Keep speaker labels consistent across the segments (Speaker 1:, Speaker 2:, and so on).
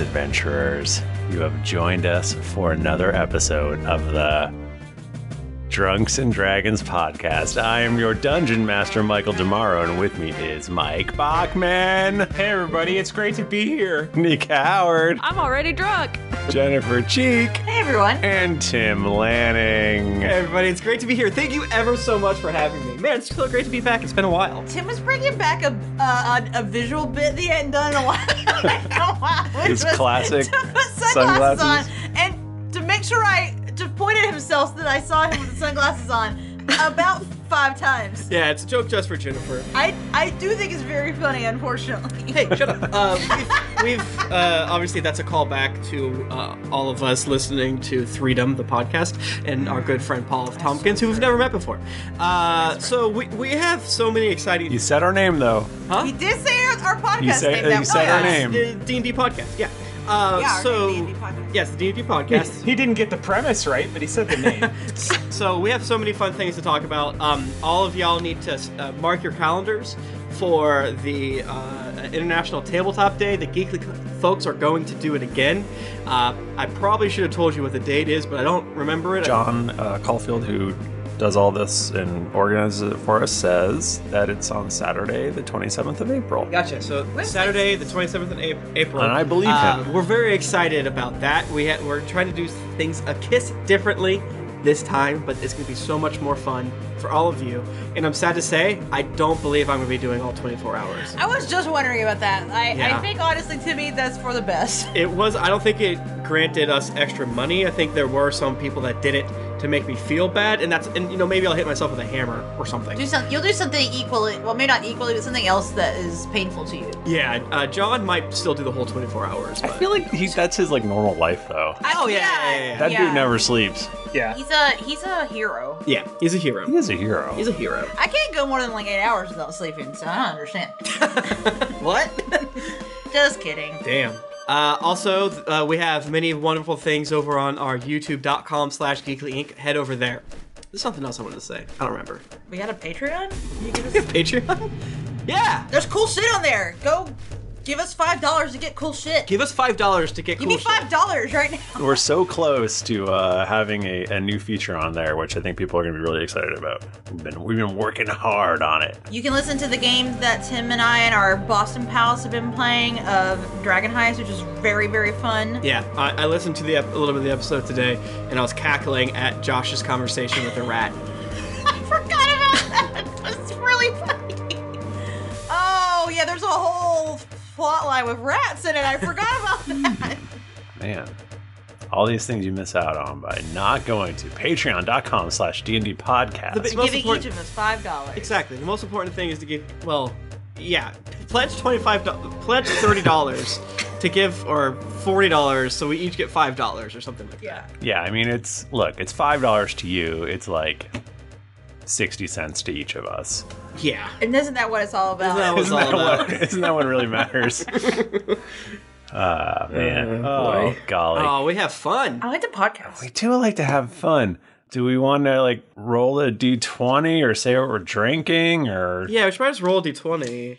Speaker 1: adventurers. You have joined us for another episode of the Drunks and Dragons podcast. I am your dungeon master, Michael Demaro, and with me is Mike Bachman. Hey, everybody, it's great to be here. Nick Howard,
Speaker 2: I'm already drunk.
Speaker 1: Jennifer Cheek,
Speaker 3: Hey everyone.
Speaker 1: and Tim Lanning.
Speaker 4: Hey everybody, it's great to be here. Thank you ever so much for having me. Man, it's so great to be back. It's been a while.
Speaker 3: Tim was bringing back a uh, a, a visual bit that he hadn't done in a while. in a while, which
Speaker 1: His
Speaker 3: was
Speaker 1: classic
Speaker 3: to put sunglasses
Speaker 1: sunglasses.
Speaker 3: on and to make sure I to point at himself so that I saw him with the sunglasses on about five times.
Speaker 4: Yeah, it's a joke just for Jennifer.
Speaker 3: I I do think it's very funny, unfortunately.
Speaker 4: Hey, shut up. Uh, we've we've uh, obviously that's a callback to uh, all of us listening to Freedom, the podcast, and our good friend Paul of Tompkins, who we've never met before. Uh, so we, we have so many exciting.
Speaker 1: You said our name, though.
Speaker 3: He did say our, our podcast
Speaker 1: You say-
Speaker 3: name
Speaker 1: you
Speaker 3: that
Speaker 1: said
Speaker 3: way.
Speaker 1: our name.
Speaker 4: D and D podcast, yeah. Uh,
Speaker 3: Yeah, our
Speaker 4: so
Speaker 3: D&D podcast.
Speaker 4: yes, the D and D podcast.
Speaker 5: He didn't get the premise right, but he said the name.
Speaker 4: So we have so many fun things to talk about. Um, all of y'all need to uh, mark your calendars for the uh, International Tabletop Day. The Geekly folks are going to do it again. Uh, I probably should have told you what the date is, but I don't remember it.
Speaker 1: John uh, Caulfield, who does all this and organizes it for us, says that it's on Saturday, the 27th of April.
Speaker 4: Gotcha. So
Speaker 3: When's
Speaker 4: Saturday, the 27th of Ap- April.
Speaker 1: And I believe
Speaker 4: Uh,
Speaker 1: him.
Speaker 4: We're very excited about that. We ha- we're trying to do things a kiss differently this time, but it's going to be so much more fun for all of you. And I'm sad to say, I don't believe I'm going to be doing all 24 hours.
Speaker 3: I was just wondering about that. I,
Speaker 4: Yeah.
Speaker 3: I think honestly, Timmy, that's for the best.
Speaker 4: It was. I don't think it granted us extra money. I think there were some people that did it to make me feel bad, and that's. And you know, maybe I'll hit myself with a hammer or something.
Speaker 3: Do something. You'll do something equally. Well, maybe not equally, but something else that is painful to you.
Speaker 4: Yeah, uh, John might still do the whole 24 hours.
Speaker 1: I
Speaker 4: But.
Speaker 1: feel like he, that's his like normal life, though.
Speaker 3: I-
Speaker 4: Oh, yeah, yeah, yeah, yeah.
Speaker 1: That dude never sleeps.
Speaker 5: yeah.
Speaker 3: He's a he's a hero.
Speaker 4: yeah, he's a hero.
Speaker 1: He is a hero.
Speaker 4: He's a hero.
Speaker 3: I can't go more than like eight hours without sleeping, so I don't understand.
Speaker 4: What?
Speaker 3: Just kidding.
Speaker 4: Damn. Uh, also, th- uh, we have many wonderful things over on our youtube.com slash geeklyinc. Head over there. There's something else I wanted to say. I don't remember.
Speaker 3: We got a Patreon. You give us-
Speaker 4: Patreon? yeah!
Speaker 3: There's cool shit on there. Go give us five dollars to get cool shit.
Speaker 4: Give us $5 to get
Speaker 3: Give me
Speaker 4: cool
Speaker 3: five dollars right now.
Speaker 1: We're so close to uh, having a, a new feature on there, which I think people are going to be really excited about. We've been we've been working hard on it.
Speaker 3: You can listen to the games that Tim and I and our Boston pals have been playing of Dragon Heist, which is very very fun.
Speaker 4: Yeah, I, I listened to the ep- a little bit of the episode today, and I was cackling at Josh's conversation with the rat.
Speaker 3: I forgot about that. That's really funny. Oh yeah, there's a whole plot line with rats in it. I forgot about that.
Speaker 1: Man, all these things you miss out on by not going to patreon.com slash D&D
Speaker 4: The big-
Speaker 1: podcast.
Speaker 4: Most
Speaker 3: Giving each
Speaker 4: important-
Speaker 3: of us five dollars.
Speaker 4: Exactly. The most important thing is to give. Well, yeah, pledge twenty-five. do- Pledge thirty dollars to give, or forty dollars, so we each get five dollars or something like
Speaker 3: Yeah.
Speaker 1: Yeah, I mean, it's, look, it's $5 to you. It's like 60 cents to each of us.
Speaker 4: that. Yeah.
Speaker 3: And isn't that what it's all about?
Speaker 4: Isn't that what-
Speaker 1: Isn't that,
Speaker 4: all
Speaker 1: what,
Speaker 4: about.
Speaker 1: isn't that what really matters? Ah, man. oh, golly.
Speaker 4: Uh, Oh, we have fun.
Speaker 3: I like the
Speaker 4: Oh,
Speaker 3: podcast.
Speaker 1: We do like to have fun. Do we want to like roll a d20 or say what we're drinking or
Speaker 4: Yeah, we should probably just roll a d20.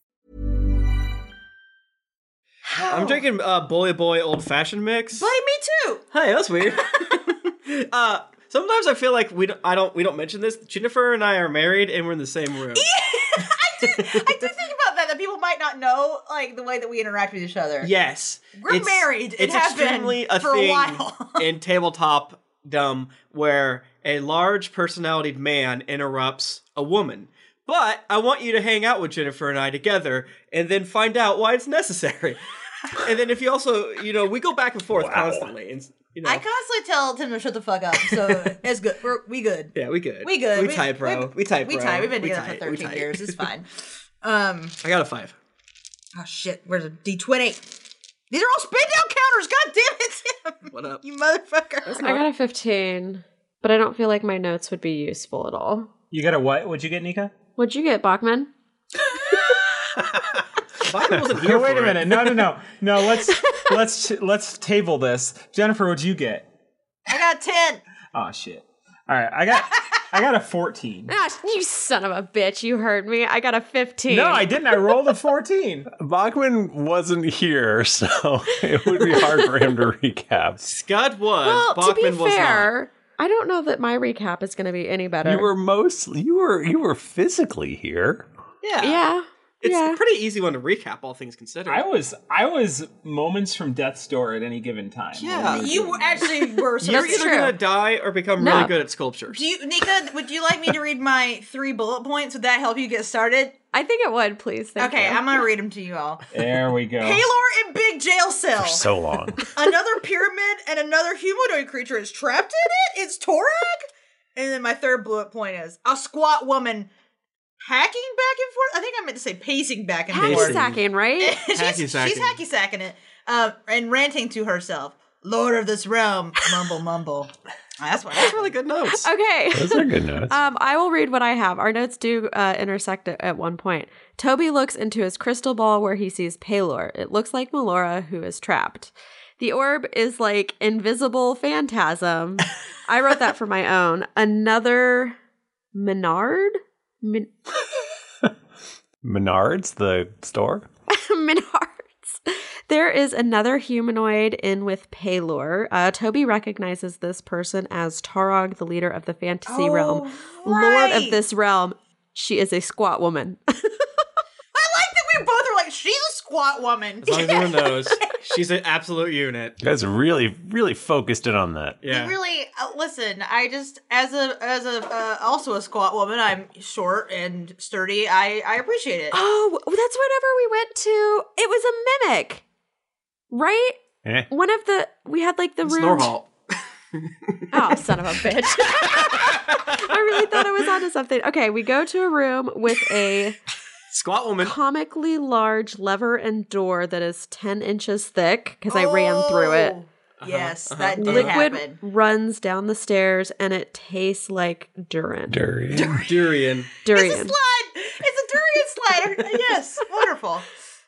Speaker 4: I'm drinking uh, Bully Boy Old Fashioned Mix. Boy,
Speaker 3: me too.
Speaker 4: Hey, that's weird. uh, sometimes I feel like we don't, I don't we don't mention this. Jennifer and I are married and we're in the same room.
Speaker 3: I do think about that that people might not know like the way that we interact with each other.
Speaker 4: Yes,
Speaker 3: We're married. It
Speaker 4: it's
Speaker 3: has been
Speaker 4: extremely a
Speaker 3: for a
Speaker 4: thing
Speaker 3: while.
Speaker 4: in tabletop dumb where a large personality man interrupts a woman. But I want you to hang out with Jennifer and I together, and then find out why it's necessary. and then if you also, you know, we go back and forth constantly, and you know,
Speaker 3: I constantly tell Tim to shut the fuck up, so it's good. We're we good.
Speaker 4: yeah, we good.
Speaker 3: We good.
Speaker 4: We, tight, bro. We, tight,
Speaker 3: We
Speaker 4: bro.
Speaker 3: tight. We've been together
Speaker 4: tight,
Speaker 3: for
Speaker 4: we
Speaker 3: thirteen
Speaker 4: tight.
Speaker 3: years. It's fine. Um.
Speaker 4: I got a five.
Speaker 3: Oh shit. Where's a D twenty? These are all spin down counters. God damn it, Tim.
Speaker 4: What up?
Speaker 3: You motherfucker.
Speaker 6: I got a 15, but I don't feel like my notes would be useful at all.
Speaker 5: You got a what? What'd you get, Nika?
Speaker 6: What'd you get, Bachman?
Speaker 4: Bachman wasn't
Speaker 5: No,
Speaker 4: here.
Speaker 5: wait
Speaker 4: for
Speaker 5: a
Speaker 4: it.
Speaker 5: minute. No, no, no, no. Let's let's let's table this. Jennifer, what'd you get?
Speaker 3: I got ten.
Speaker 5: Oh shit. All right, I got I got a fourteen.
Speaker 6: Ah, you son of a bitch. You heard me. I got a 15.
Speaker 5: No, I didn't. I rolled a fourteen.
Speaker 1: Bachman wasn't here, so it would be hard for him to recap.
Speaker 4: Scud was.
Speaker 6: Well,
Speaker 4: Bachman
Speaker 6: to be
Speaker 4: was not.
Speaker 6: fair, I don't know that my recap is going to be any better.
Speaker 1: You were mostly you were you were physically here.
Speaker 4: Yeah.
Speaker 6: yeah.
Speaker 4: It's
Speaker 6: yeah.
Speaker 4: a pretty easy one to recap, all things considered.
Speaker 5: I was I was moments from death's door at any given time.
Speaker 4: Yeah.
Speaker 3: You were- actually were. So
Speaker 4: You're
Speaker 6: That's
Speaker 4: either
Speaker 6: true.
Speaker 4: gonna die or become
Speaker 6: No.
Speaker 4: really good at sculpture.
Speaker 3: do you, Nika? Would you like me to read my three bullet points? Would that help you get started?
Speaker 6: I think it would, please. Thank
Speaker 3: okay,
Speaker 6: you.
Speaker 3: I'm gonna read them to you all.
Speaker 5: There we go.
Speaker 3: Kalor in big jail cell.
Speaker 1: For Oh. so long.
Speaker 3: another pyramid and another humanoid creature is trapped in it. It's Torag. And then my third bullet point is a squat woman hacking back and forth. I think I meant to say pacing back and
Speaker 6: Hacky
Speaker 3: forth.
Speaker 5: Pacing.
Speaker 6: sacking, right?
Speaker 3: she's, she's
Speaker 4: Hacky-sacking.
Speaker 3: hacky sacking it um, and ranting to herself. Lord of this realm, mumble mumble. That's what.
Speaker 4: That's really good notes.
Speaker 6: okay.
Speaker 1: Those are good notes.
Speaker 6: Um, I will read what I have. Our notes do uh, intersect at, at one point. Toby looks into his crystal ball where he sees Palor. It looks like Melora, who is trapped. The orb is like invisible phantasm. I wrote that for my own. Another Menard? Min-
Speaker 1: Menards, the store.
Speaker 6: Menards. There is another humanoid in with Palor. Uh, Toby recognizes this person as Tarog, the leader of the fantasy realm, lord of
Speaker 3: right.
Speaker 6: this realm. She is a squat woman.
Speaker 3: I like that we both are like she's a squat woman.
Speaker 4: As long as everyone knows, she's an absolute unit.
Speaker 1: You guys really, really focused in on that.
Speaker 4: Yeah.
Speaker 3: Really, uh, listen. I just as a as a uh, also a squat woman. I'm short and sturdy. I I appreciate it.
Speaker 6: Oh, that's whenever we went to. It was a mimic, right?
Speaker 1: Eh.
Speaker 6: One of the we had like the room.
Speaker 4: Snorhalt.
Speaker 6: Oh, son of a bitch! I really thought I was onto something. Okay, we go to a room with a
Speaker 4: Squat woman.
Speaker 6: comically large lever and door that is ten inches thick because I ran through it.
Speaker 4: Uh-huh.
Speaker 3: Oh, Yes, that did
Speaker 6: Liquid
Speaker 3: happen.
Speaker 6: runs down the stairs and it tastes like durian.
Speaker 1: Dirty.
Speaker 4: Durian.
Speaker 3: It's a
Speaker 6: Durian.
Speaker 3: slide. It's a durian slider. yes, wonderful.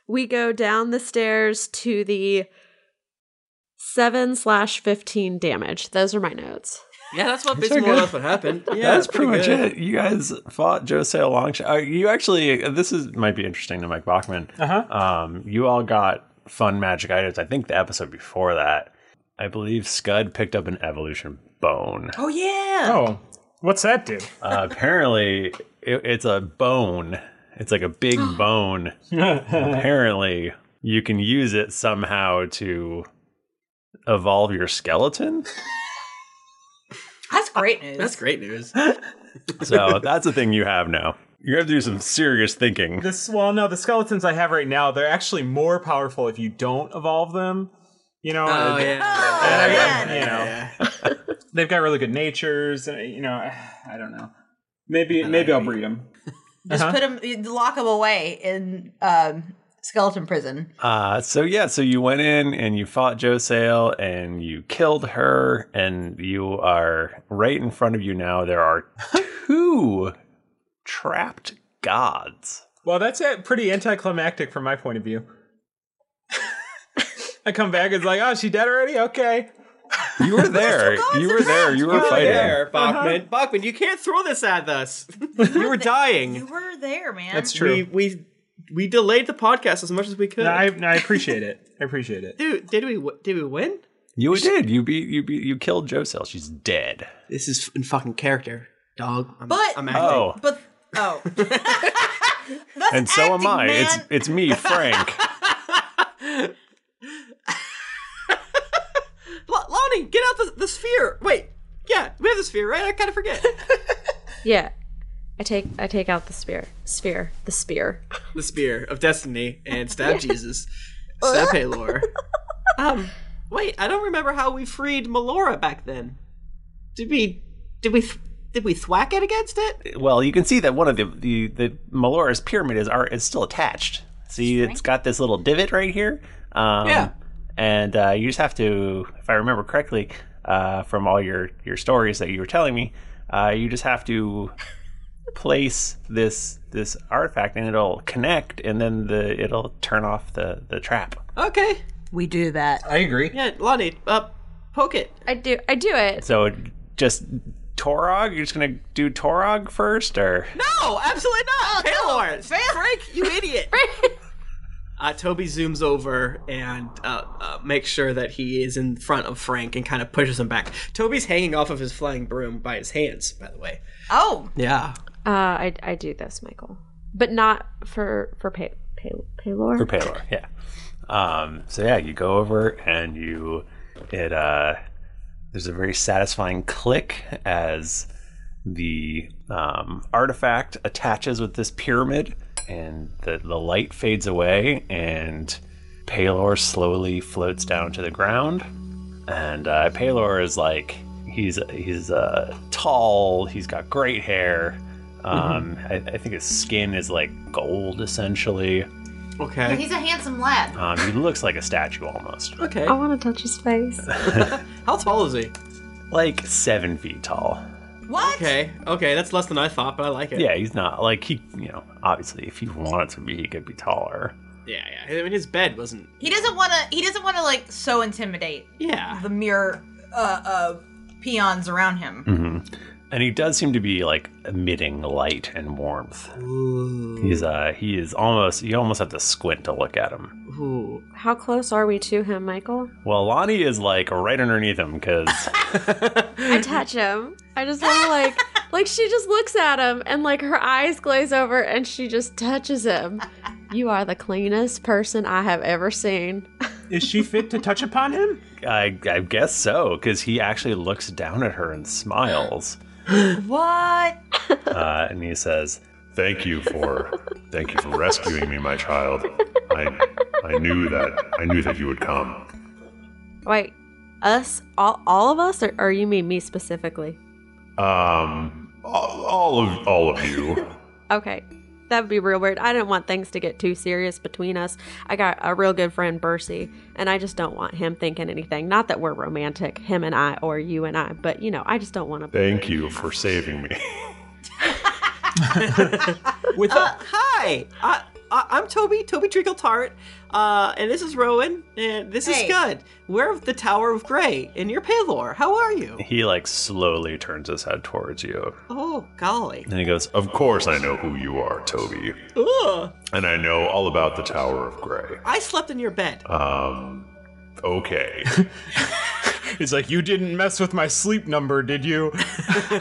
Speaker 6: we go down the stairs to the seven slash fifteen damage. Those are my notes.
Speaker 4: Yeah, that's what
Speaker 1: are
Speaker 4: basically more or
Speaker 1: good.
Speaker 4: less what happened. Yeah,
Speaker 1: That's pretty, much
Speaker 4: good.
Speaker 1: it. You guys fought Jose Longshot. Uh, you actually, this is might be interesting to Mike Bachman.
Speaker 5: Uh-huh.
Speaker 1: Um, you all got fun magic items. I think the episode before that, I believe Scud picked up an evolution bone.
Speaker 3: Oh yeah.
Speaker 5: Oh, what's that do?
Speaker 1: Uh, apparently, it, it's a bone. It's like a big bone. apparently, you can use it somehow to evolve your skeleton.
Speaker 3: That's great news.
Speaker 4: That's great news.
Speaker 1: So that's a thing you have now. You have to do some serious thinking.
Speaker 5: This well, no, the skeletons I have right now they're actually more powerful if you don't evolve them. You know,
Speaker 4: Oh
Speaker 5: and-
Speaker 4: yeah.
Speaker 5: and I-
Speaker 3: man.
Speaker 5: you know, they've got really good natures, and you know, I don't know. Maybe maybe I'll breed them.
Speaker 3: Just
Speaker 1: Uh-huh.
Speaker 3: put him, lock him away in um, skeleton prison.
Speaker 1: Uh, so yeah, so you went in and you fought Jo Sale and you killed her, and you are right in front of you now. There are two trapped gods.
Speaker 5: Well, that's it. Pretty anticlimactic from my point of view. I come back, it's like, oh, she dead already? Okay.
Speaker 1: You were there. you were there. You were fighting.
Speaker 4: there, Bachman. Bachman, you can't throw this at us. you were dying. You
Speaker 3: were there, man.
Speaker 4: We we, we delayed the podcast as much as we could.
Speaker 5: No, I, no, I appreciate it. I appreciate it.
Speaker 4: Dude, did we w- did we win?
Speaker 1: You did. You beat. You beat. You killed Jo Sale. She's dead.
Speaker 4: This is in fucking character, dog. I'm,
Speaker 3: But-
Speaker 4: I'm acting.
Speaker 1: Oh.
Speaker 3: But oh,
Speaker 1: and so am
Speaker 3: acting,
Speaker 1: I. It's
Speaker 3: man.
Speaker 1: it's me, Frank.
Speaker 4: L- Lonnie, get out the, the sphere. Wait, yeah, we have the sphere, right? I kind of forget.
Speaker 6: Yeah. I take I take out the spear. Sphere. The spear.
Speaker 4: the spear of destiny and stab Jesus, stab Halor. Um, wait, I don't remember how we freed Melora back then. Did we? Did we? Th- did we thwack it against it?
Speaker 1: well, you can see that one of the the, the Melora's pyramid is are is still attached. See, it's got this little divot right here. Um,
Speaker 4: Yeah.
Speaker 1: And uh, you just have to, if I remember correctly, uh, from all your your stories that you were telling me, uh, you just have to place this this artifact and it'll connect, and then the it'll turn off the the trap.
Speaker 4: Okay.
Speaker 3: We do that.
Speaker 5: I agree.
Speaker 4: Yeah, Lonnie, uh, poke it.
Speaker 6: I do I do it.
Speaker 1: So it just Torog, you're just gonna do Torog first, or
Speaker 4: No, absolutely
Speaker 6: Oh,
Speaker 4: not. Halor, Frank, you idiot. Uh, Toby zooms over and uh, uh, makes sure that he is in front of Frank and kind of pushes him back. Toby's hanging off of his flying broom by his hands, by the way.
Speaker 3: Oh.
Speaker 4: Yeah.
Speaker 6: Uh I I do this, Michael. But not for for pay, pay, Paylor.
Speaker 1: For Paylor, yeah. Um, so yeah, you go over and you it uh there's a very satisfying click as the um, artifact attaches with this pyramid and the, the light fades away and Palor slowly floats down to the ground and uh, Palor is like he's he's uh, tall he's got great hair um, I, I think his skin is like gold essentially
Speaker 4: okay
Speaker 3: he's a handsome lad.
Speaker 1: um, he looks like a statue almost.
Speaker 4: Okay.
Speaker 6: I want to touch his face.
Speaker 4: How tall is he?
Speaker 1: Like seven feet tall.
Speaker 3: What?
Speaker 4: Okay, okay, that's less than I thought, but I like it.
Speaker 1: Yeah, he's not like he. You know, obviously, if he wanted to be, he could be taller.
Speaker 4: yeah, yeah. I mean, his bed wasn't.
Speaker 3: He doesn't want to. He doesn't want to like so intimidate.
Speaker 4: Yeah.
Speaker 3: The mere uh, uh, peons around him.
Speaker 1: hmm And he does seem to be like emitting light and warmth. He's uh, he is almost. You almost have to squint to look at him.
Speaker 4: Ooh.
Speaker 6: How close are we to him, Michael?
Speaker 1: Well, Lonnie is like right underneath him because
Speaker 6: I touch him. I just want to like like she just looks at him and like her eyes glaze over and she just touches him. You are the cleanest person I have ever seen.
Speaker 5: Is she fit to touch upon him?
Speaker 1: I, I guess so because he actually looks down at her and smiles.
Speaker 3: what?
Speaker 1: uh, and he says,
Speaker 7: Thank you for thank you for rescuing me, my child. I I knew that I knew that you would come.
Speaker 6: Wait, us all all of us or, or you mean me specifically?
Speaker 7: Um all, all of all of you.
Speaker 6: Okay. That would be real weird. I didn't want things to get too serious between us. I got a real good friend, Bercy, and I just don't want him thinking anything. Not that we're romantic, him and I, or you and I, but you know, I just don't want to.
Speaker 7: Thank you for saving me.
Speaker 5: With
Speaker 4: uh, hi, I, I, I'm Toby, Toby Treacle Tart, uh, and this is Rowan, and this
Speaker 3: Hey.
Speaker 4: is Scud. We're of the Tower of Grey, and you're Paylor. How are you?
Speaker 1: He like slowly turns his head towards you.
Speaker 4: Oh, golly.
Speaker 1: And he goes,
Speaker 7: Of course I know who you are, Toby.
Speaker 4: Ugh,
Speaker 7: And I know all about the Tower of Grey.
Speaker 4: I slept in your bed.
Speaker 1: Uh,
Speaker 7: Um okay.
Speaker 5: He's like, you didn't mess with my sleep number, did you?
Speaker 3: You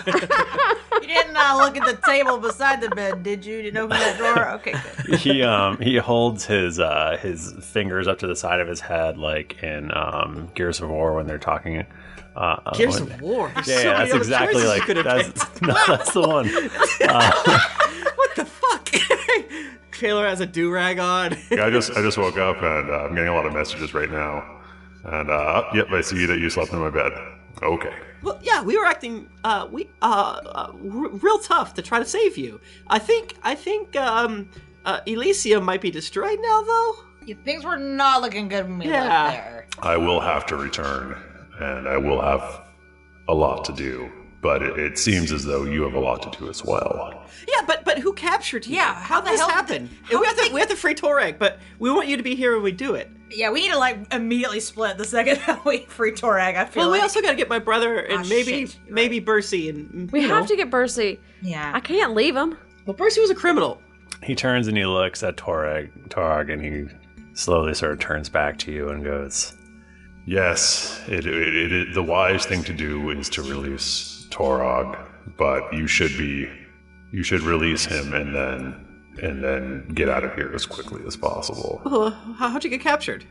Speaker 3: didn't uh, look at the table beside the bed, did you? Didn't open that drawer. Okay, good.
Speaker 1: he um he holds his uh his fingers up to the side of his head like in um Gears of War when they're talking. Uh, uh,
Speaker 4: Gears
Speaker 1: when-
Speaker 4: of War. There's
Speaker 1: Yeah,
Speaker 4: so many
Speaker 1: yeah, that's
Speaker 4: other
Speaker 1: exactly
Speaker 4: choices
Speaker 1: like
Speaker 4: you could have
Speaker 1: that's, no, that's the one. Uh,
Speaker 4: Paylor has a do rag on.
Speaker 7: Yeah, I just I just woke oh, up and uh, I'm getting a lot of messages right now. And uh, yep, I see that you slept in my bed. Okay.
Speaker 4: Well, yeah, we were acting uh, we uh, uh, r- real tough to try to save you. I think I think um, uh, Elysium might be destroyed now, though.
Speaker 3: You, things were not looking good when we
Speaker 4: Yeah.
Speaker 3: left there.
Speaker 7: I will have to return, and I will have a lot to do. But it, it seems as though you have a lot to do as well.
Speaker 4: Yeah, but but who captured you? Yeah, how
Speaker 3: the
Speaker 4: this
Speaker 3: hell did
Speaker 4: happened? And we have to we have to free Torag, but we want you to be here when we do it.
Speaker 3: Yeah, we need to like immediately split the second that we free Torag. I feel
Speaker 4: Well, we
Speaker 3: like
Speaker 4: also got to get my brother and maybe maybe Bercy and
Speaker 6: We
Speaker 4: you
Speaker 6: have
Speaker 4: know.
Speaker 6: to get Bercy.
Speaker 3: Yeah.
Speaker 6: I can't leave him.
Speaker 4: Well, Bercy was a criminal.
Speaker 1: He turns and he looks at Torag, Torag and he slowly sort of turns back to you and goes,
Speaker 7: Yes, it, it, it, it- the wise thing to do is to release Torog, but you should be you should release him and then and then get out of here as quickly as possible.
Speaker 4: Oh, how, how'd you get captured?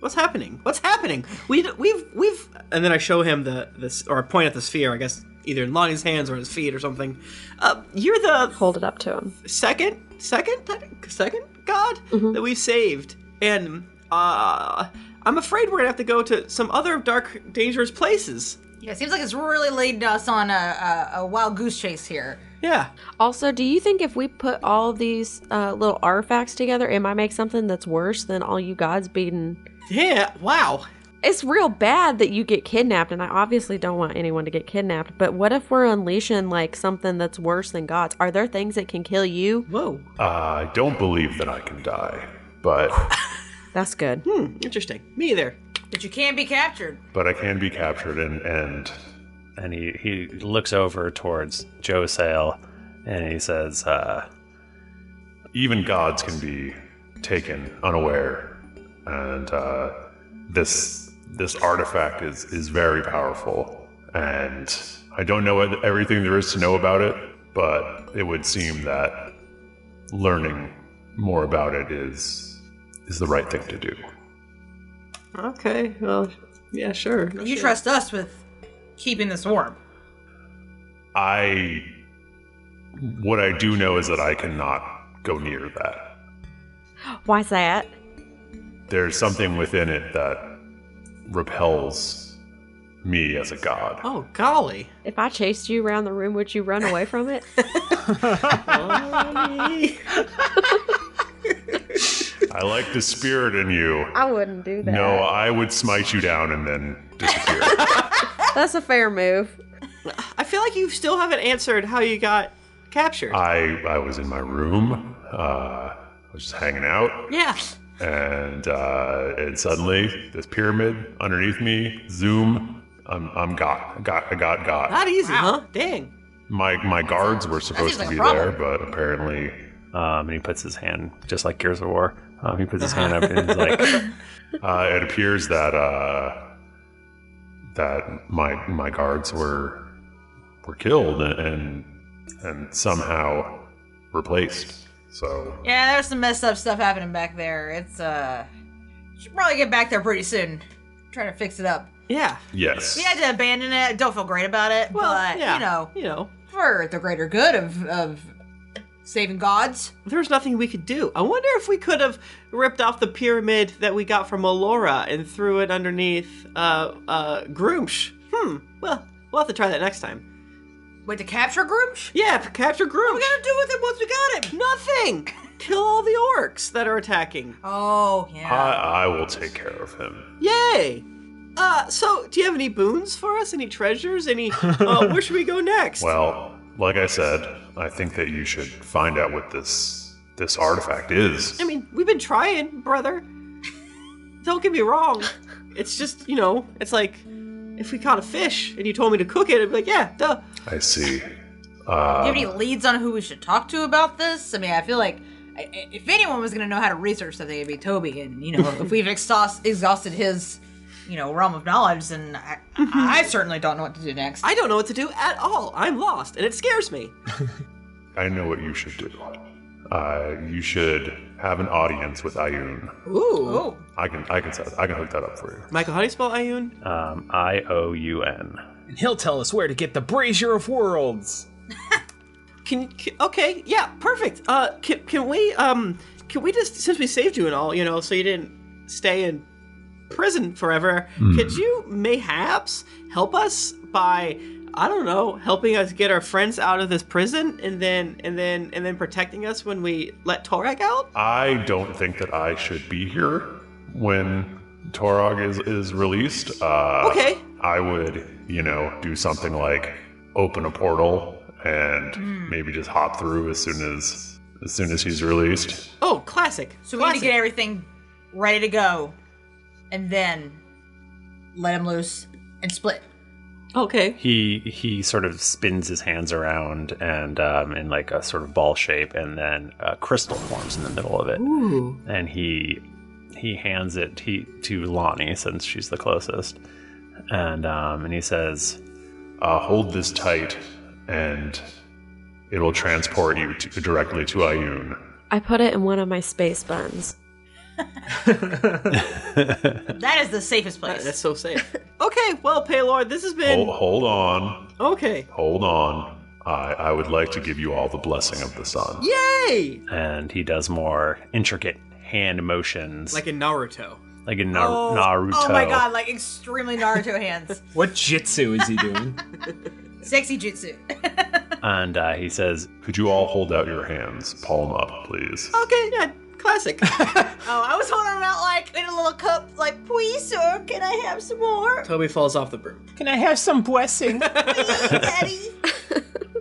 Speaker 4: What's happening? What's happening? We we've we've and then I show him the this or I point at the sphere. I guess either in Lonnie's hands or his feet or something. Uh, you're the
Speaker 6: hold it up to him. Mm-hmm.
Speaker 4: Second, second, second god that we've saved, and uh, I'm afraid we're gonna have to go to some other dark, dangerous places.
Speaker 3: yeah, it seems like it's really leading us on a, a, a wild goose chase here.
Speaker 4: Yeah.
Speaker 6: Also, do you think if we put all these uh, little artifacts together, it might make something that's worse than all you gods beaten?
Speaker 4: Yeah. Wow.
Speaker 6: It's real bad that you get kidnapped, and I obviously don't want anyone to get kidnapped. But what if we're unleashing like something that's worse than gods? Are there things that can kill you?
Speaker 4: Whoa,
Speaker 7: I don't believe that I can die, but
Speaker 6: that's good.
Speaker 4: Hmm, interesting. Me either.
Speaker 3: But you can't be captured.
Speaker 7: but I can be captured and and
Speaker 1: and he, he looks over towards Joe Sale and he says, uh,
Speaker 7: even gods can be taken unaware, and uh, this this artifact is is very powerful. And I don't know ev- everything there is to know about it, but it would seem that learning more about it is is the right thing to do.
Speaker 4: Okay. Well, yeah, sure.
Speaker 3: You trust us with keeping this warm.
Speaker 7: I what I do know is that I cannot go near that.
Speaker 6: Why's that?
Speaker 7: There's something within it that repels me as a god.
Speaker 4: Oh, golly.
Speaker 6: If I chased you around the room, would you run away from it?
Speaker 7: I like the spirit in you.
Speaker 6: I wouldn't do that.
Speaker 7: No, I would smite you down and then disappear.
Speaker 6: That's a fair move.
Speaker 4: I feel like you still haven't answered how you got captured.
Speaker 1: Uh,
Speaker 7: I I was in my room. Uh, I was just hanging out,
Speaker 4: yeah.
Speaker 7: and uh, and suddenly this pyramid underneath me, zoom. I'm I'm got I got I got got.
Speaker 4: Not easy, huh? Dang.
Speaker 7: My my guards were supposed
Speaker 4: like
Speaker 7: to
Speaker 4: a
Speaker 7: be there,
Speaker 4: problem.
Speaker 7: but apparently,
Speaker 1: um, and he puts his hand, just like Gears of War, um, he puts his hand up and he's like,
Speaker 7: uh, it appears that uh, that my my guards were were killed and and somehow replaced. So
Speaker 3: Yeah, there's some messed up stuff happening back there. It's uh, should probably get back there pretty soon. Trying to fix it up.
Speaker 4: Yeah.
Speaker 7: yes,
Speaker 3: We had to abandon it. Don't feel great about it,
Speaker 4: Well,
Speaker 3: but
Speaker 4: yeah,
Speaker 3: you know,
Speaker 4: you know,
Speaker 3: for the greater good of of saving gods.
Speaker 4: There was nothing we could do. I wonder if we could have ripped off the pyramid that we got from Alora and threw it underneath uh, uh, Groomsh. Hmm. Well, we'll have to try that next time.
Speaker 3: Wait to capture Groomsh?
Speaker 4: Yeah, p- capture Groomsh. What are we
Speaker 3: gonna do with him once we got him?
Speaker 4: Nothing. Kill all the orcs that are attacking.
Speaker 3: Oh yeah.
Speaker 1: Uh,
Speaker 7: I I will take care of him.
Speaker 4: Yay! Uh, so do you have any boons for us? Any treasures? Any? Uh, where should we go next?
Speaker 7: Well, like I said, I think that you should find out what this this artifact is.
Speaker 4: I mean, we've been trying, brother. Don't get me wrong. It's just, you know, it's like if we caught a fish and you told me to cook it, I'd be like, yeah, duh.
Speaker 7: I see.
Speaker 3: Do you have
Speaker 7: Uh,
Speaker 3: any leads on who we should talk to about this? I mean, I feel like I- I- if anyone was going to know how to research something, it'd be Toby. And you know, if we've exhaust, exhausted his, you know, realm of knowledge, then I, I certainly don't know what to do next.
Speaker 4: I don't know what to do at all. I'm lost, and it scares me.
Speaker 7: I know what you should do. Uh, you should have an audience with Ayun.
Speaker 4: Ooh.
Speaker 7: I can I can set, I can hook that up for you.
Speaker 4: Michael, how do you spell Ayun?
Speaker 1: um, I O U N.
Speaker 5: And he'll tell us where to get the Brazier of Worlds.
Speaker 4: Can, can okay, yeah, perfect. Uh, can, can we um, can we just since we saved you and all, you know, so you didn't stay and prison forever.
Speaker 1: Hmm.
Speaker 4: Could you mayhaps help us by I don't know, helping us get our friends out of this prison and then and then and then protecting us when we let Torag out?
Speaker 7: I don't think that I should be here when Torog is, is released. Uh,
Speaker 4: Okay.
Speaker 7: I would, you know, do something like open a portal and maybe just hop through as soon as as soon as he's released.
Speaker 4: Oh, classic.
Speaker 3: So we need to get everything ready to go, and then let him loose and split.
Speaker 4: Okay.
Speaker 1: He he sort of spins his hands around and um, in like a sort of ball shape, and then a crystal forms in the middle of it.
Speaker 4: Ooh.
Speaker 1: And he he hands it he, to Lonnie since she's the closest, and um, and he says,
Speaker 7: uh, "Hold this tight, and it'll transport you to, directly to Ayun."
Speaker 6: I put it in one of my space buns.
Speaker 3: That is the safest place.
Speaker 4: Uh, That's so safe. okay, well, Paylord, this has been
Speaker 7: Hold, hold on,
Speaker 1: Oh.
Speaker 4: okay.
Speaker 7: hold on. I I would like to give you all the blessing of the sun.
Speaker 4: Yay!
Speaker 1: and he does more intricate hand motions, like,
Speaker 4: Like in Naruto.
Speaker 1: in Nar- Naruto.
Speaker 3: Oh my god, like extremely Naruto hands.
Speaker 1: What jitsu is he doing?
Speaker 3: Sexy jutsu.
Speaker 1: and uh, he says,
Speaker 7: "Could you all hold out your hands, palm up, please?"
Speaker 4: Okay, yeah, classic.
Speaker 3: Oh, I was holding them out like in a little cup, like, please, sir, can I have some more?
Speaker 4: Toby falls off the broom.
Speaker 5: Can I have some blessing?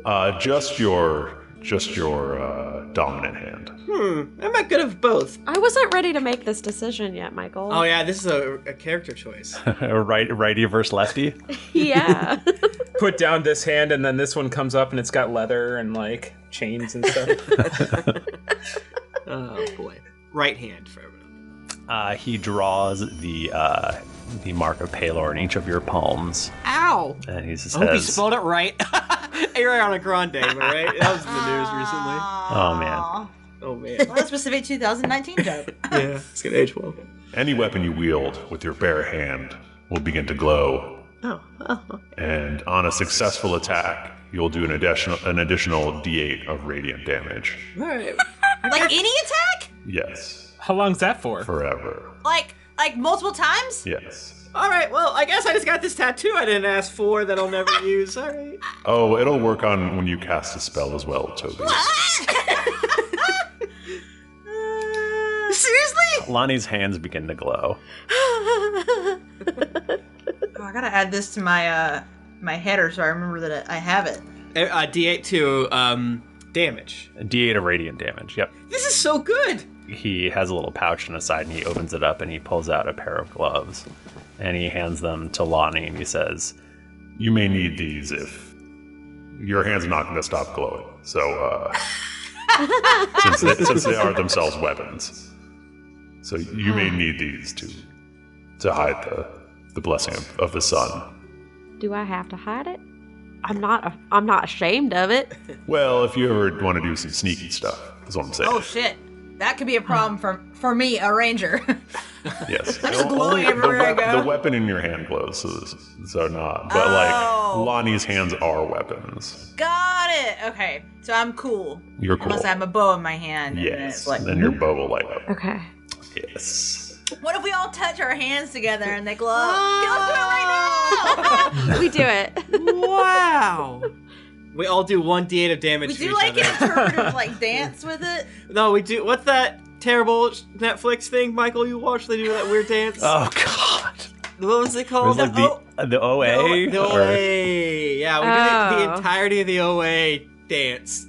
Speaker 7: Uh, just your just your uh, dominant hand.
Speaker 4: Hmm, am I good of both?
Speaker 6: I wasn't ready to make this decision yet, Michael.
Speaker 4: Oh yeah, this is a, a character choice.
Speaker 1: right, righty versus lefty.
Speaker 6: yeah.
Speaker 5: Put down this hand, and then this one comes up, and it's got leather and like chains and stuff.
Speaker 4: oh boy, right hand for everyone.
Speaker 1: Uh, he draws the uh, the mark of Palor in each of your palms,
Speaker 4: Ow!
Speaker 1: and he says, "Oh,
Speaker 4: I hope he spelled it right. Ariana Grande, am I right? That was in the news recently.
Speaker 1: "Oh man,
Speaker 4: Ah. Oh man.
Speaker 3: Well, that's specific 2019 joke.
Speaker 4: yeah, it's gonna age well.
Speaker 7: Any weapon you wield with your bare hand will begin to glow,
Speaker 4: Oh, oh.
Speaker 7: and on a successful attack, you'll do an additional an additional d8 of radiant damage.
Speaker 4: All right.
Speaker 3: like any attack?
Speaker 7: Yes,
Speaker 5: How long's that for?
Speaker 7: forever.
Speaker 3: Like, like multiple times?
Speaker 7: Yes.
Speaker 4: All right. Well, I guess I just got this tattoo I didn't ask for that I'll never use. All right.
Speaker 7: Oh, it'll work on when you cast a spell as well, Toby.
Speaker 3: Uh, Seriously?
Speaker 1: Lonnie's hands begin to glow."
Speaker 3: Oh, I gotta add this to my uh my header so I remember that I have it.
Speaker 4: Uh, D8 to um, damage.
Speaker 1: D8 of radiant damage. Yep.
Speaker 4: This is so good.
Speaker 1: He has a little pouch on his side, and he opens it up, and he pulls out a pair of gloves, and he hands them to Lonnie, and he says,
Speaker 7: You may need these if your hand's not going to stop glowing. So, uh, since, they, since they are themselves weapons, so you may need these to to hide the the blessing of, of the sun.
Speaker 6: Do I have to hide it? I'm not. A, I'm not ashamed of it.
Speaker 7: Well, if you ever want to do some sneaky stuff, is what I'm saying.
Speaker 3: Oh shit. That could be a problem for for me, a ranger.
Speaker 7: yes,
Speaker 3: There's
Speaker 7: No,
Speaker 3: glowing everywhere I
Speaker 7: the, wep-
Speaker 3: go.
Speaker 7: the weapon in your hand glows, so, so not. But
Speaker 3: Oh.
Speaker 7: like Lonnie's hands are weapons.
Speaker 3: Got it. Okay. So I'm cool.
Speaker 7: You're cool.
Speaker 3: Unless I have a bow in my hand. And then
Speaker 7: Yes,
Speaker 3: it's like,
Speaker 7: then your bow will light up.
Speaker 6: Okay.
Speaker 7: Yes.
Speaker 3: what if we all touch our hands together and they glow? Yeah, let's do it right now!
Speaker 6: We do it.
Speaker 4: Wow. we all do one D8 of damage.
Speaker 3: We
Speaker 4: to
Speaker 3: do
Speaker 4: each
Speaker 3: like an
Speaker 4: other.
Speaker 3: interpretive like dance with it.
Speaker 4: No, we do. What's that terrible sh- Netflix thing, Michael? You watched? They do that weird dance.
Speaker 5: Uh,
Speaker 1: "Oh God!"
Speaker 4: what was it
Speaker 1: It
Speaker 4: called?
Speaker 1: was like the the OA.
Speaker 4: the
Speaker 1: or-
Speaker 4: OA. Yeah, we did it,
Speaker 6: Oh.
Speaker 4: the entirety of the OA dance.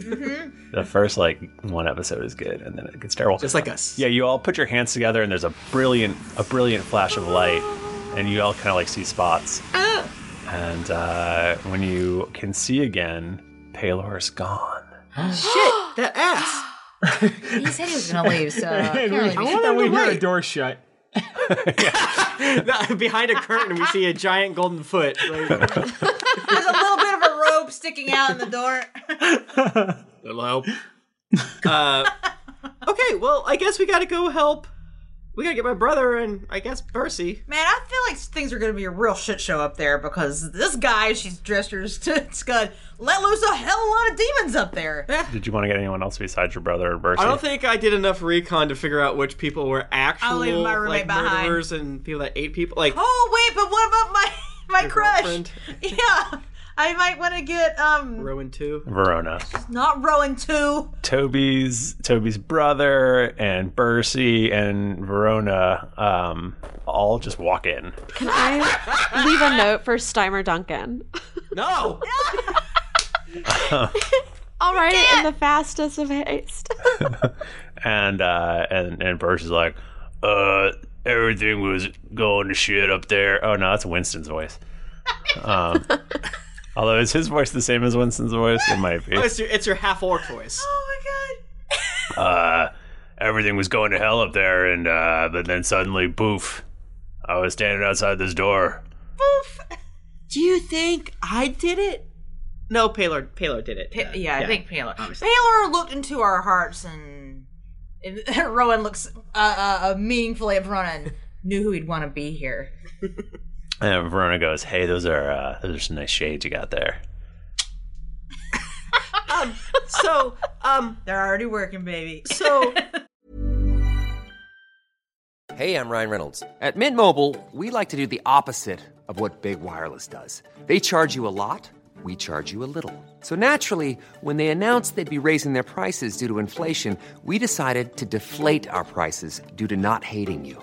Speaker 1: The first like one episode is good, and then it gets terrible.
Speaker 4: Just like us.
Speaker 1: Yeah, you all put your hands together, and there's a brilliant, a brilliant flash of light, and you all kind of like see spots. And uh, when you can see again, Palor is gone.
Speaker 4: Shit, that ass.
Speaker 3: He said he was gonna leave, so uh,
Speaker 5: and we, and we hear a door shut.
Speaker 4: No, Behind a curtain, we see a giant golden foot. Like,
Speaker 3: there's a little bit of a rope sticking out in the door.
Speaker 4: Hello. Uh, okay, well, I guess we gotta go help. we gotta get my brother and I guess Percy.
Speaker 3: Man, I feel like things are going to be a real shit show up there because this guy, she's dressed her as t- Scud, let loose a hell lot of demons up there.
Speaker 1: Did you want to get anyone else besides your brother and Percy?
Speaker 4: I don't think I did enough recon to figure out which people were actual
Speaker 3: I'll leave my roommate
Speaker 4: like,
Speaker 3: behind.
Speaker 4: murderers and people that ate people. Like
Speaker 3: Oh wait, but what about my my crush?
Speaker 4: girlfriend?
Speaker 3: Yeah, I might want to get um
Speaker 4: Rowan too.
Speaker 1: Verona.
Speaker 3: not Rowan two.
Speaker 1: Toby's Toby's brother and Bercy and Verona um, all just walk in.
Speaker 8: Can I leave a note for Steimer Duncan?
Speaker 4: No.
Speaker 8: I'll write it in the fastest of haste.
Speaker 1: and uh, and and Bercy's like, uh, everything was going to shit up there. Oh no, that's Winston's voice. Um, although is his voice the same as Winston's voice? It might be.
Speaker 4: Oh, it's your, it's your half orc voice.
Speaker 3: Oh
Speaker 1: uh, everything was going to hell up there, and uh, but then suddenly, poof! I was standing outside this door.
Speaker 4: Do you think I did it? No, Paylor Paylor did it.
Speaker 3: Pa- yeah, I think Paylor. Baylor looked into our hearts, and, and Rowan looks uh, uh, uh, meaningfully at Verona and knew who he'd want to be here.
Speaker 1: And Verona goes, "Hey, those are uh, those are some nice shades you got there."
Speaker 4: Um, so, um,
Speaker 3: they're already working, baby.
Speaker 4: So,
Speaker 9: Hey, I'm Ryan Reynolds. At Mint Mobile, we like to do the opposite of what Big Wireless does. They charge you a lot, we charge you a little. So naturally, when they announced they'd be raising their prices due to inflation, we decided to deflate our prices due to not hating you.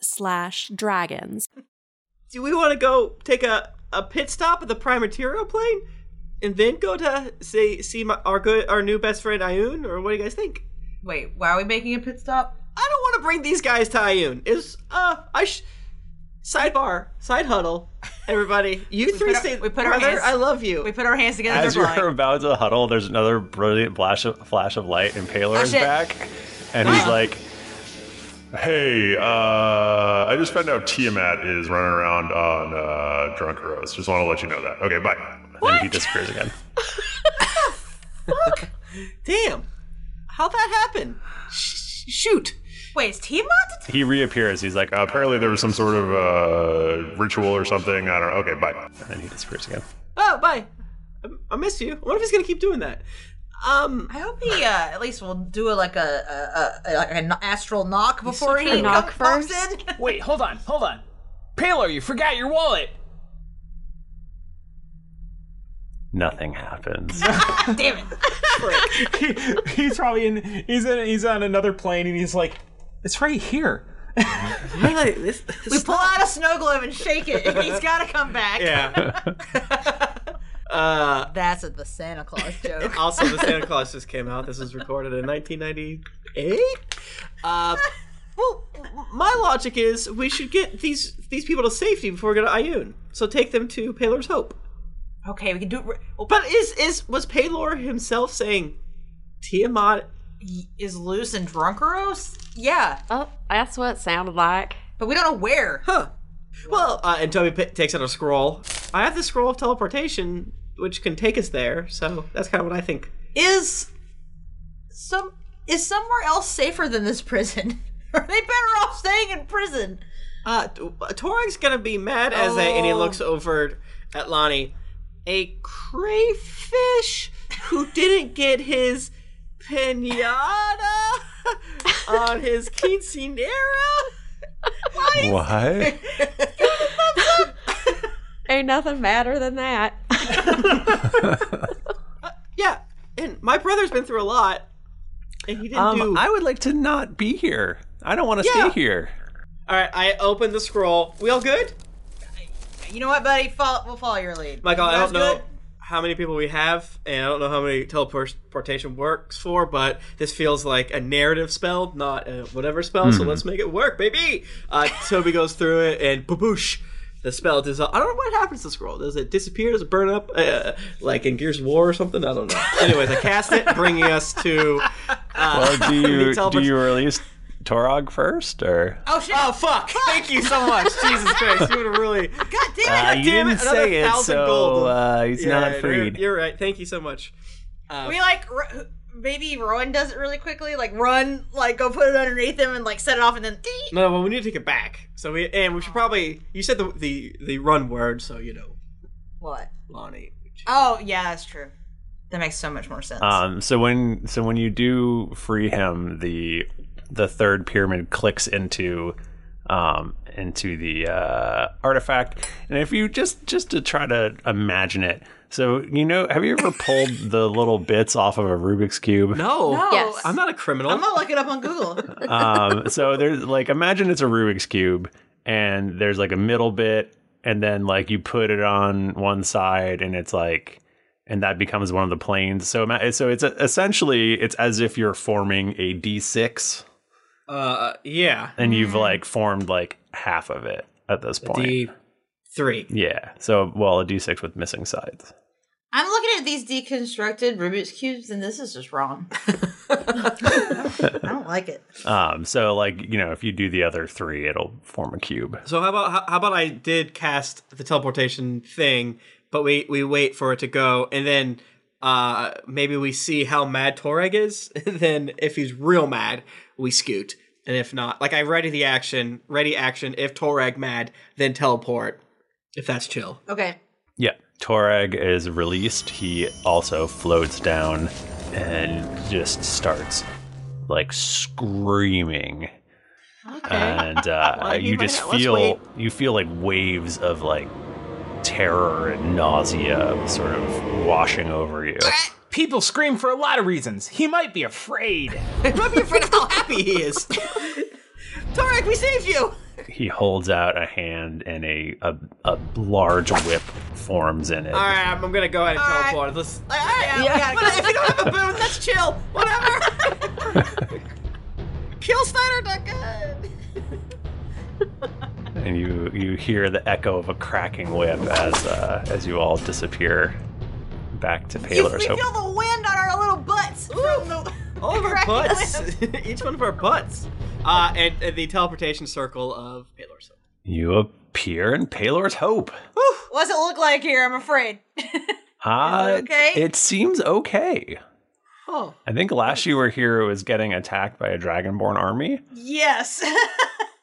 Speaker 8: slash dragons.
Speaker 4: do we want to go take a, a pit stop at the Primaterial plane? and then go to say see my, our good our new best friend Ayun, or what do you guys think?
Speaker 3: Wait, why are we making a pit stop?
Speaker 4: I don't want to bring these guys to Ayun. Is uh I sh- sidebar side huddle. Everybody, you three
Speaker 3: put our-
Speaker 4: stay.
Speaker 3: we put our
Speaker 4: brother,
Speaker 3: hands-
Speaker 4: I love you.
Speaker 3: We put our hands together.
Speaker 1: As
Speaker 3: they're blind.
Speaker 1: you're about to huddle, there's another brilliant flash of, flash of light, and Paler
Speaker 3: Oh,
Speaker 1: is
Speaker 3: shit.
Speaker 1: back, and he's
Speaker 3: Ah.
Speaker 1: like,
Speaker 7: Hey, uh, I just found out Tiamat is running around on uh, Drunk Rose. Just want to let you know that. Okay, bye. And he disappears again.
Speaker 4: Damn, how that happen? Sh- shoot.
Speaker 3: Wait, is Tiamat?
Speaker 1: he reappears. He's like,
Speaker 7: Uh, apparently, there was some sort of uh, ritual or something. I don't know. Okay, bye.
Speaker 1: And he disappears again.
Speaker 4: Oh, bye. I, I miss you. What if he's gonna keep doing that? Um,
Speaker 3: I hope he uh, at least will do a, like a, a, a like an astral knock before
Speaker 10: said
Speaker 3: he
Speaker 10: knock
Speaker 3: come- pops in.
Speaker 10: Wait, hold on, hold on. Paler, you forgot your wallet.
Speaker 1: nothing happens.
Speaker 3: Damn it.
Speaker 5: he, he's probably in he's in he's on another plane and he's like, it's right here.
Speaker 3: we pull out a snow globe and shake it, and he's got to come back.
Speaker 4: Yeah. uh,
Speaker 3: That's a, the Santa Claus joke.
Speaker 4: also, the Santa Claus just came out. This was recorded in 1998. Uh, well, my logic is we should get these these people to safety before we go to Ayun. So take them to Paylor's Hope.
Speaker 3: Okay, we can do. oh, Re-
Speaker 4: but is is was Paylor himself saying Tiamat
Speaker 3: is loose and drunkeros? Yeah.
Speaker 6: Oh, that's what it sounded like.
Speaker 3: But we don't know where.
Speaker 4: Huh. Well, uh, and Toby p- takes out a scroll. I have the scroll of teleportation, which can take us there. So that's kind of what I think.
Speaker 3: Is some is somewhere else safer than this prison? Are they better off staying in prison?
Speaker 4: Uh, Torag's gonna be mad as a, and he looks
Speaker 1: Oh.
Speaker 4: over at Lonnie, a crayfish who didn't get his pinata on his quinceanera.
Speaker 1: Why?
Speaker 6: Ain't nothing madder than that.
Speaker 4: yeah, and my brother's been through a lot, and he didn't do.
Speaker 1: Um, I would like to not be here. I don't want to
Speaker 4: Yeah.
Speaker 1: stay here.
Speaker 4: All right, I opened the scroll. We all good?
Speaker 3: You know what, buddy? Follow, we'll follow your lead.
Speaker 4: Michael,
Speaker 3: You
Speaker 4: I
Speaker 3: guys
Speaker 4: don't know
Speaker 3: good?
Speaker 4: how many people we have, and I don't know how many teleportation works for, but this feels like a narrative spell, not a whatever spell. So
Speaker 1: Mhm.
Speaker 4: let's make it work, baby. Uh, Toby goes through it, and boosh, the spell dissolves. I don't know what happens to the scroll. Does it disappear? Does it burn up? Uh, like in Gears of War or something? I don't know. Anyways, I cast it, bringing us to. Uh,
Speaker 1: well, do
Speaker 4: the
Speaker 1: you do
Speaker 4: teleport-
Speaker 1: you release Torog first, or
Speaker 3: Oh shit!
Speaker 4: Oh fuck! Thank you so much, Jesus Christ! You would have really. God
Speaker 3: damn it!
Speaker 1: Uh,
Speaker 4: God damn
Speaker 1: you didn't
Speaker 4: it! Another
Speaker 1: say it,
Speaker 4: thousand
Speaker 1: so,
Speaker 4: gold.
Speaker 1: uh, he's
Speaker 4: Yeah,
Speaker 1: not
Speaker 4: you're-
Speaker 1: freed.
Speaker 4: You're right. Thank you so much. Uh,
Speaker 3: we like r- maybe Rowan does it really quickly, like run, like go put it underneath him and like set it off, and then dee-
Speaker 4: No, well, we need to take it back. So we and we should probably. You said the the, the run word, so you know,
Speaker 3: what?
Speaker 4: Lonnie.
Speaker 3: Oh yeah, that's true. That makes so much more sense.
Speaker 1: um? So when so when you do free him, the the third pyramid clicks into um into the uh, artifact, and if you just just to try to imagine it. So you know, have you ever pulled the little bits off of a Rubik's cube?
Speaker 4: No,
Speaker 3: No. Yes.
Speaker 4: I'm not a criminal.
Speaker 3: I'm gonna look it up on Google.
Speaker 1: um, so there's like imagine it's a Rubik's cube, and there's like a middle bit, and then like you put it on one side, and it's like, and that becomes one of the planes. So ima- so it's a, essentially it's as if you're forming a D6,
Speaker 4: Uh, yeah.
Speaker 1: and you've like formed like half of it at this point.
Speaker 4: three.
Speaker 1: Yeah. So well, a D6 with missing sides.
Speaker 3: I'm looking at these deconstructed Rubik's cubes, and this is just wrong. I don't like it.
Speaker 1: Um. So like you know, if you do the other three, it'll form a cube.
Speaker 4: So how about how, how about I did cast the teleportation thing, but we we wait for it to go, and then uh maybe we see how mad Toreg is, and then if he's real mad, we scoot, and if not, like I ready the action, ready action. If Toreg mad, then teleport. If that's chill.
Speaker 3: Okay.
Speaker 1: Yeah. Torag is released. He also floats down and just starts like screaming. And uh,
Speaker 4: Why do
Speaker 1: you
Speaker 4: you
Speaker 1: just
Speaker 4: like that? Let's
Speaker 1: feel
Speaker 4: wait.
Speaker 1: you feel like waves of like terror and nausea sort of washing over you.
Speaker 10: People scream for a lot of reasons. He might be afraid.
Speaker 4: Don't be afraid of how happy he is. Torek, we saved you.
Speaker 1: he holds out a hand and a a, a large whip forms in it.
Speaker 4: All right, I'm, I'm gonna go ahead and teleport. Let's.
Speaker 3: yeah,
Speaker 4: yeah.
Speaker 3: we gotta
Speaker 4: If you don't have a boon, that's chill. Whatever.
Speaker 3: Kill Snyder Duck.
Speaker 1: And you you hear the echo of a cracking whip as uh, as you all disappear back to Paler.
Speaker 3: We
Speaker 1: So
Speaker 3: feel the wind on our little butts from the
Speaker 4: All of our
Speaker 3: Cracking
Speaker 4: butts. Each one of our butts. Uh, and, and the teleportation circle of Palor.
Speaker 1: you appear in Palor's hope.
Speaker 3: What's it look like here? I'm afraid.
Speaker 1: Uh,
Speaker 3: okay?
Speaker 1: It seems okay.
Speaker 3: Oh
Speaker 1: I think last you were here it was getting attacked by a dragonborn army.
Speaker 3: yes.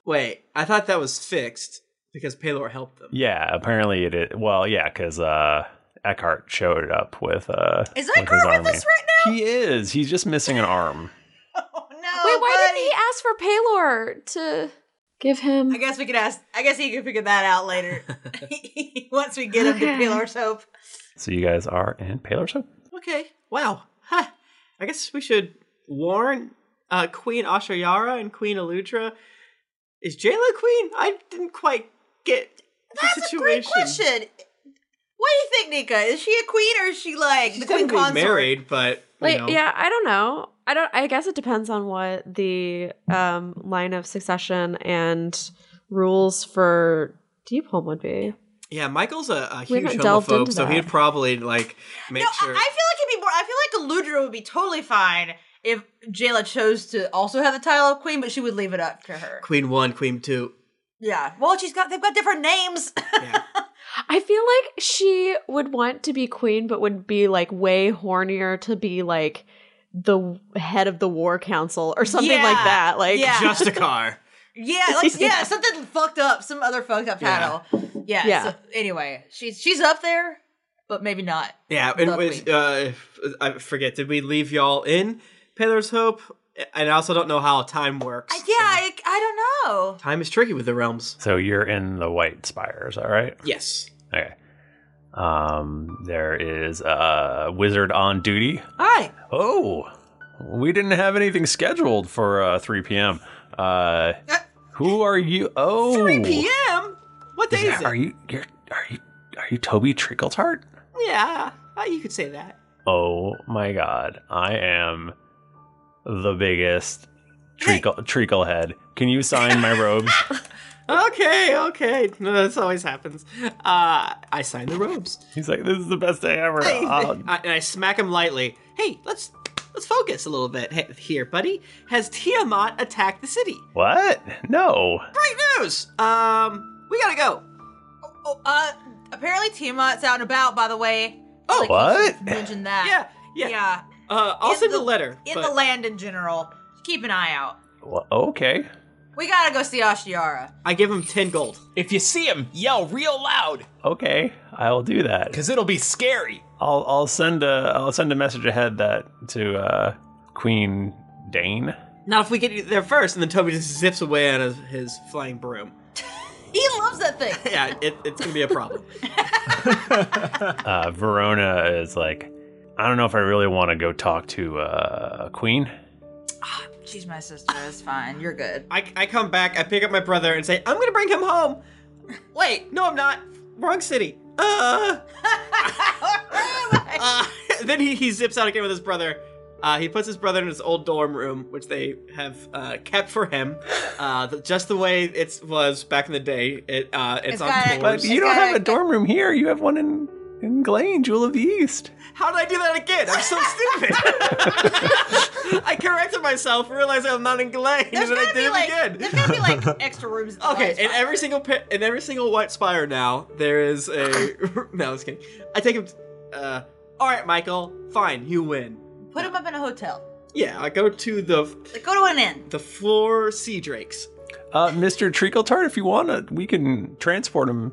Speaker 4: Wait, I thought that was fixed because Palor helped them.
Speaker 1: Yeah, apparently it. i- well, yeah, because uh, Eckhart showed up with uh.
Speaker 4: Is
Speaker 1: with
Speaker 4: Eckhart
Speaker 1: his
Speaker 4: with
Speaker 1: army.
Speaker 4: us
Speaker 3: right
Speaker 1: He is. He's just missing an arm.
Speaker 6: Wait, why didn't he ask for Paylor to give him?
Speaker 3: I guess we could ask. I guess he could figure that out later. Once we get him to peel our soap.
Speaker 1: So you guys are in Paler's hope.
Speaker 4: Okay. Wow. Huh. I guess we should warn uh, Queen Ashayara and Queen Eludra. Is Jayla queen? I didn't quite get the
Speaker 3: That's a great
Speaker 4: situation.
Speaker 3: question. What do you think, Nika? Is she a queen or is she like the queen
Speaker 4: Technically
Speaker 3: consort?
Speaker 4: married, but
Speaker 6: Like,
Speaker 4: you know.
Speaker 6: yeah, I don't know. I don't. I guess it depends on what the um, line of succession and rules for Deepholm would be.
Speaker 4: Yeah, Michael's a, a
Speaker 6: We
Speaker 4: huge
Speaker 6: haven't delved
Speaker 4: homophobe,
Speaker 6: into
Speaker 4: so
Speaker 6: that.
Speaker 4: he'd probably like make sure.
Speaker 3: I feel like it'd be more. I feel like Eludra would be totally fine if Jayla chose to also have the title of queen, but she would leave it up to her.
Speaker 4: Queen one, Queen two.
Speaker 3: Yeah. Well, she's got. They've got different names.
Speaker 6: I feel like she would want to be queen, but would be like way hornier to be like the head of the war council or something like
Speaker 3: Yeah,
Speaker 6: that. Like
Speaker 3: yeah.
Speaker 4: Just a car.
Speaker 3: Yeah, like yeah, something fucked up, some other fucked up
Speaker 4: Yeah.
Speaker 3: title. Yeah.
Speaker 6: Yeah.
Speaker 3: So anyway, she's she's up there, but maybe not.
Speaker 4: Yeah, and
Speaker 3: The
Speaker 4: was, uh, I forget. Did we leave y'all in Paler's Hope? And I also don't know how time works.
Speaker 3: Yeah, I, I don't know.
Speaker 4: Time is tricky with the realms.
Speaker 1: So you're in the White Spire, is that right?
Speaker 4: Yes.
Speaker 1: Okay. Um, there is a wizard on duty.
Speaker 3: Hi.
Speaker 1: Oh, we didn't have anything scheduled for uh, 3 p.m. Uh, who are you? Oh,
Speaker 4: 3 p.m. What day is, it?
Speaker 1: Are you you're, are you are you Toby Trickletart?
Speaker 4: Yeah, uh, you could say that.
Speaker 1: Oh my god, I am the biggest treacle treacle head. Can you sign my robes?
Speaker 4: Okay, okay. No, this always happens. Uh, I sign the robes.
Speaker 1: He's like, this is the best day ever. Uh,
Speaker 4: Hey,
Speaker 1: I'll-
Speaker 4: I, and I smack him lightly. Hey, let's let's focus a little bit he- here, buddy. Has Tiamat attacked the city?
Speaker 1: what? No.
Speaker 4: Great news. Um, we gotta go.
Speaker 3: Oh, uh, apparently Tiamat's out and about. By the way.
Speaker 4: Oh,
Speaker 3: Like, we should
Speaker 4: what?
Speaker 3: Mention that.
Speaker 4: Yeah, yeah.
Speaker 3: Yeah.
Speaker 4: Uh, I'll
Speaker 3: In
Speaker 4: send
Speaker 3: the-
Speaker 4: a letter.
Speaker 3: In
Speaker 4: but-
Speaker 3: the land in general, keep an eye out.
Speaker 1: Well, okay.
Speaker 3: We gotta go see Ashiara.
Speaker 4: I give him ten gold.
Speaker 10: If you see him, yell real loud,
Speaker 1: Okay, I'll do that.
Speaker 10: cause it'll be scary.
Speaker 1: I'll I'll send a I'll send a message ahead that to uh, Queen Dane.
Speaker 4: Not if we get there first, and then Toby just zips away on his, his flying broom.
Speaker 3: He loves that thing.
Speaker 4: Yeah, it, it's gonna be a problem.
Speaker 1: Uh, Verona is like, I don't know if I really want to go talk to uh, Queen.
Speaker 3: She's my sister. It's fine. You're good.
Speaker 4: I, I come back, I pick up my brother, and say, I'm gonna bring him home.
Speaker 3: Wait,
Speaker 4: no, I'm not. Wrong city. Uh. Uh, then he, he zips out again with his brother. Uh, he puts his brother in his old dorm room, which they have uh, kept for him, uh, the, just the way it was back in the day. It, uh, it's,
Speaker 3: It's
Speaker 4: on
Speaker 3: got a-
Speaker 1: But
Speaker 4: floors.
Speaker 1: you don't have a dorm room here. You have one in in Glane, Jewel of the East.
Speaker 4: How did I do that again? I'm so stupid. I corrected myself, realized I'm not in Glade, and then I did it again.
Speaker 3: There's gonna be like extra rooms. in the
Speaker 4: Okay,
Speaker 3: Lions
Speaker 4: in every single pa- in every single White Spire now, there is a. no, I was kidding. I take him. Uh, all right, Michael. Fine, you win.
Speaker 3: Park. Put him up in a hotel.
Speaker 4: Yeah, I go to the
Speaker 3: Like, go to an inn.
Speaker 4: the floor sea drakes.
Speaker 1: Uh, Mr. Treacletart, if you want to, we can transport him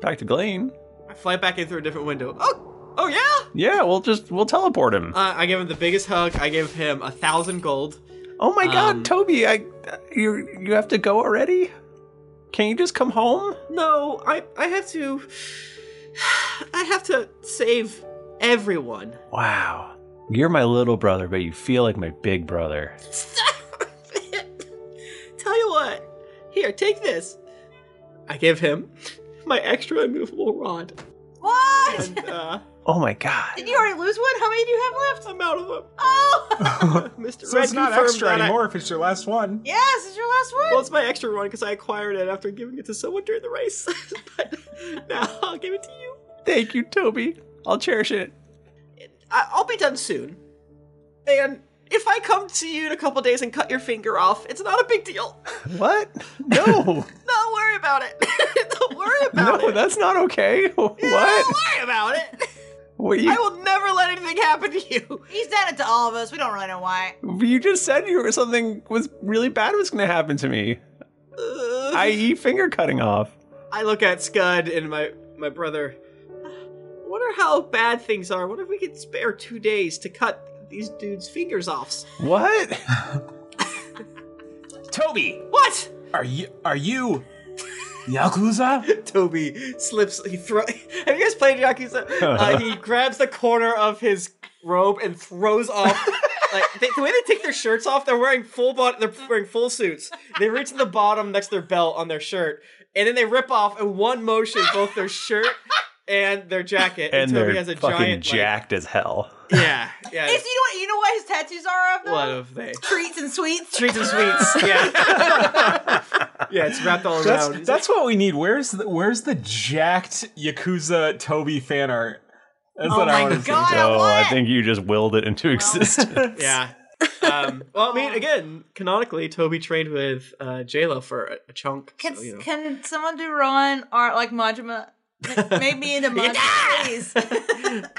Speaker 1: back to Glane.
Speaker 4: I fly back in through a different window. Oh, oh yeah.
Speaker 1: Yeah, we'll just we'll teleport him.
Speaker 4: Uh, I give him the biggest hug. I give him a thousand gold.
Speaker 1: oh my
Speaker 4: um,
Speaker 1: God, Toby, I you you have to go already. Can you just come home?
Speaker 4: No, I I have to. I have to save everyone.
Speaker 1: Wow. You're my little brother, but you feel like my big brother.
Speaker 4: Tell you what. Here, Here, take this. I give him my extra immovable rod.
Speaker 3: What?
Speaker 4: And, uh,
Speaker 1: Oh my god.
Speaker 3: Did you already lose one? How many do you have left?
Speaker 4: I'm out of them.
Speaker 3: Oh,
Speaker 4: Mr.
Speaker 5: So
Speaker 4: Red
Speaker 5: it's not
Speaker 4: confirmed
Speaker 5: extra
Speaker 4: that I-
Speaker 5: anymore if it's your last one.
Speaker 3: yes, it's your last one.
Speaker 4: Well, it's my extra one because I acquired it after giving it to someone during the race. but now I'll give it to you. Thank you, Toby. I'll cherish it. I- I'll be done soon. And if I come to you in a couple days and cut your finger off, it's not a big deal.
Speaker 1: What? No.
Speaker 4: Don't worry about it. Don't worry about
Speaker 1: no, that's not okay.
Speaker 4: it.
Speaker 1: What?
Speaker 4: Don't worry about it.
Speaker 1: What you,
Speaker 4: I will never let anything happen to you.
Speaker 3: He's done it to all of us. We don't really know why.
Speaker 1: you just said you were something was really bad was going to happen to me. I.e., finger cutting off.
Speaker 4: I look at Scud and my my brother. I wonder how bad things are. What if we could spare two days to cut these dudes' fingers off?
Speaker 1: What?
Speaker 10: Toby,
Speaker 4: what?
Speaker 10: Are you are you Yakuza?
Speaker 4: Toby slips. He throw. Have you guys played Yakuza? Uh, he grabs the corner of his robe and throws off. like they, the way they take their shirts off, they're wearing full body. They're wearing full suits. They reach to the bottom next to their belt on their shirt, and then they rip off in one motion both their shirt and their jacket.
Speaker 1: And
Speaker 4: Toby
Speaker 1: they're
Speaker 4: has a
Speaker 1: fucking
Speaker 4: giant. like-
Speaker 1: jacked as hell.
Speaker 4: yeah, yeah.
Speaker 3: Is, you know what? You know what his tattoos are of though?
Speaker 4: What if they?
Speaker 3: Treats and sweets.
Speaker 4: Treats and sweets. Yeah. yeah, it's wrapped all
Speaker 5: That's,
Speaker 4: around.
Speaker 5: that's what we need. Where's the Where's the jacked Yakuza Toby fan art? That's
Speaker 4: Oh
Speaker 5: what I
Speaker 4: my
Speaker 5: want to see.
Speaker 4: God, I
Speaker 1: Oh, I think you just willed it into existence.
Speaker 4: yeah. Um, well, I mean, again, canonically, Toby trained with uh, JLo for a, a chunk. so,
Speaker 3: Can,
Speaker 4: you know.
Speaker 3: can someone do Ron or like Majima? Ma- Make me into Majima, please.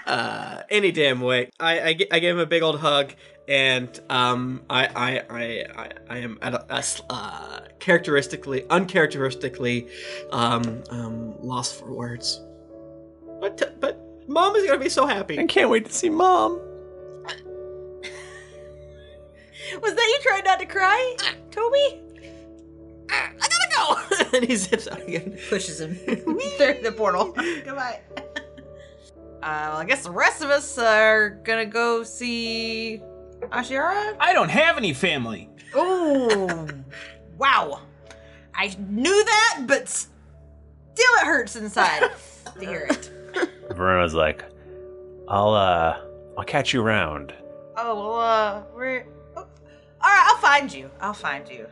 Speaker 4: uh, any damn way. I, I, gi- I gave him a big old hug, and um, I, I, I, I, I am at a, a s- uh, characteristically, uncharacteristically, um, um, lost for words. But, t- but mom is gonna be so happy.
Speaker 1: I can't wait to see mom.
Speaker 3: Was that you trying not to cry, Toby?
Speaker 4: Ah, and he zips out again.
Speaker 3: Pushes him through the portal. Goodbye. Uh, well, I guess the rest of us are gonna go see Ashiara.
Speaker 10: I don't have any family.
Speaker 3: Oh, wow! I knew that, but still, it hurts inside to hear it.
Speaker 1: Verona's like, I'll uh, I'll catch you around.
Speaker 3: Oh well, uh, we're oh, all right. I'll find you. I'll find you.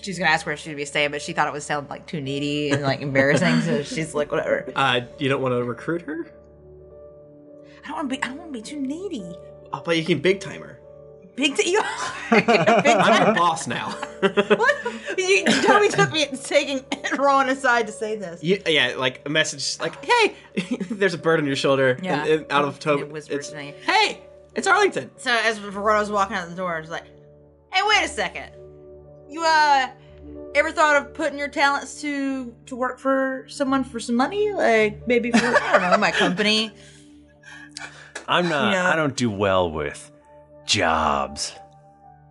Speaker 3: She's gonna ask where she'd be staying, but she thought it would sound like too needy and like embarrassing, so she's like, whatever.
Speaker 4: Uh, you don't want to recruit her,
Speaker 3: I don't want to be. I don't want to be too needy.
Speaker 4: Uh, but you can big time her.
Speaker 3: Big t- you.
Speaker 4: I'm the boss now.
Speaker 3: you Toby took me taking Ron aside to say this.
Speaker 4: You, yeah, like a message like, "Hey, there's a bird on your shoulder."
Speaker 3: Yeah.
Speaker 4: and, and out of Toby.
Speaker 3: It whispers to me.
Speaker 4: Hey, it's Arlington.
Speaker 3: So as Verona's walking out the door, I was like, "Hey, wait a second. You uh, ever thought of putting your talents to to work for someone for some money? Like maybe for I don't know my company."
Speaker 1: I'm not.
Speaker 3: Yeah.
Speaker 1: I don't do well with jobs.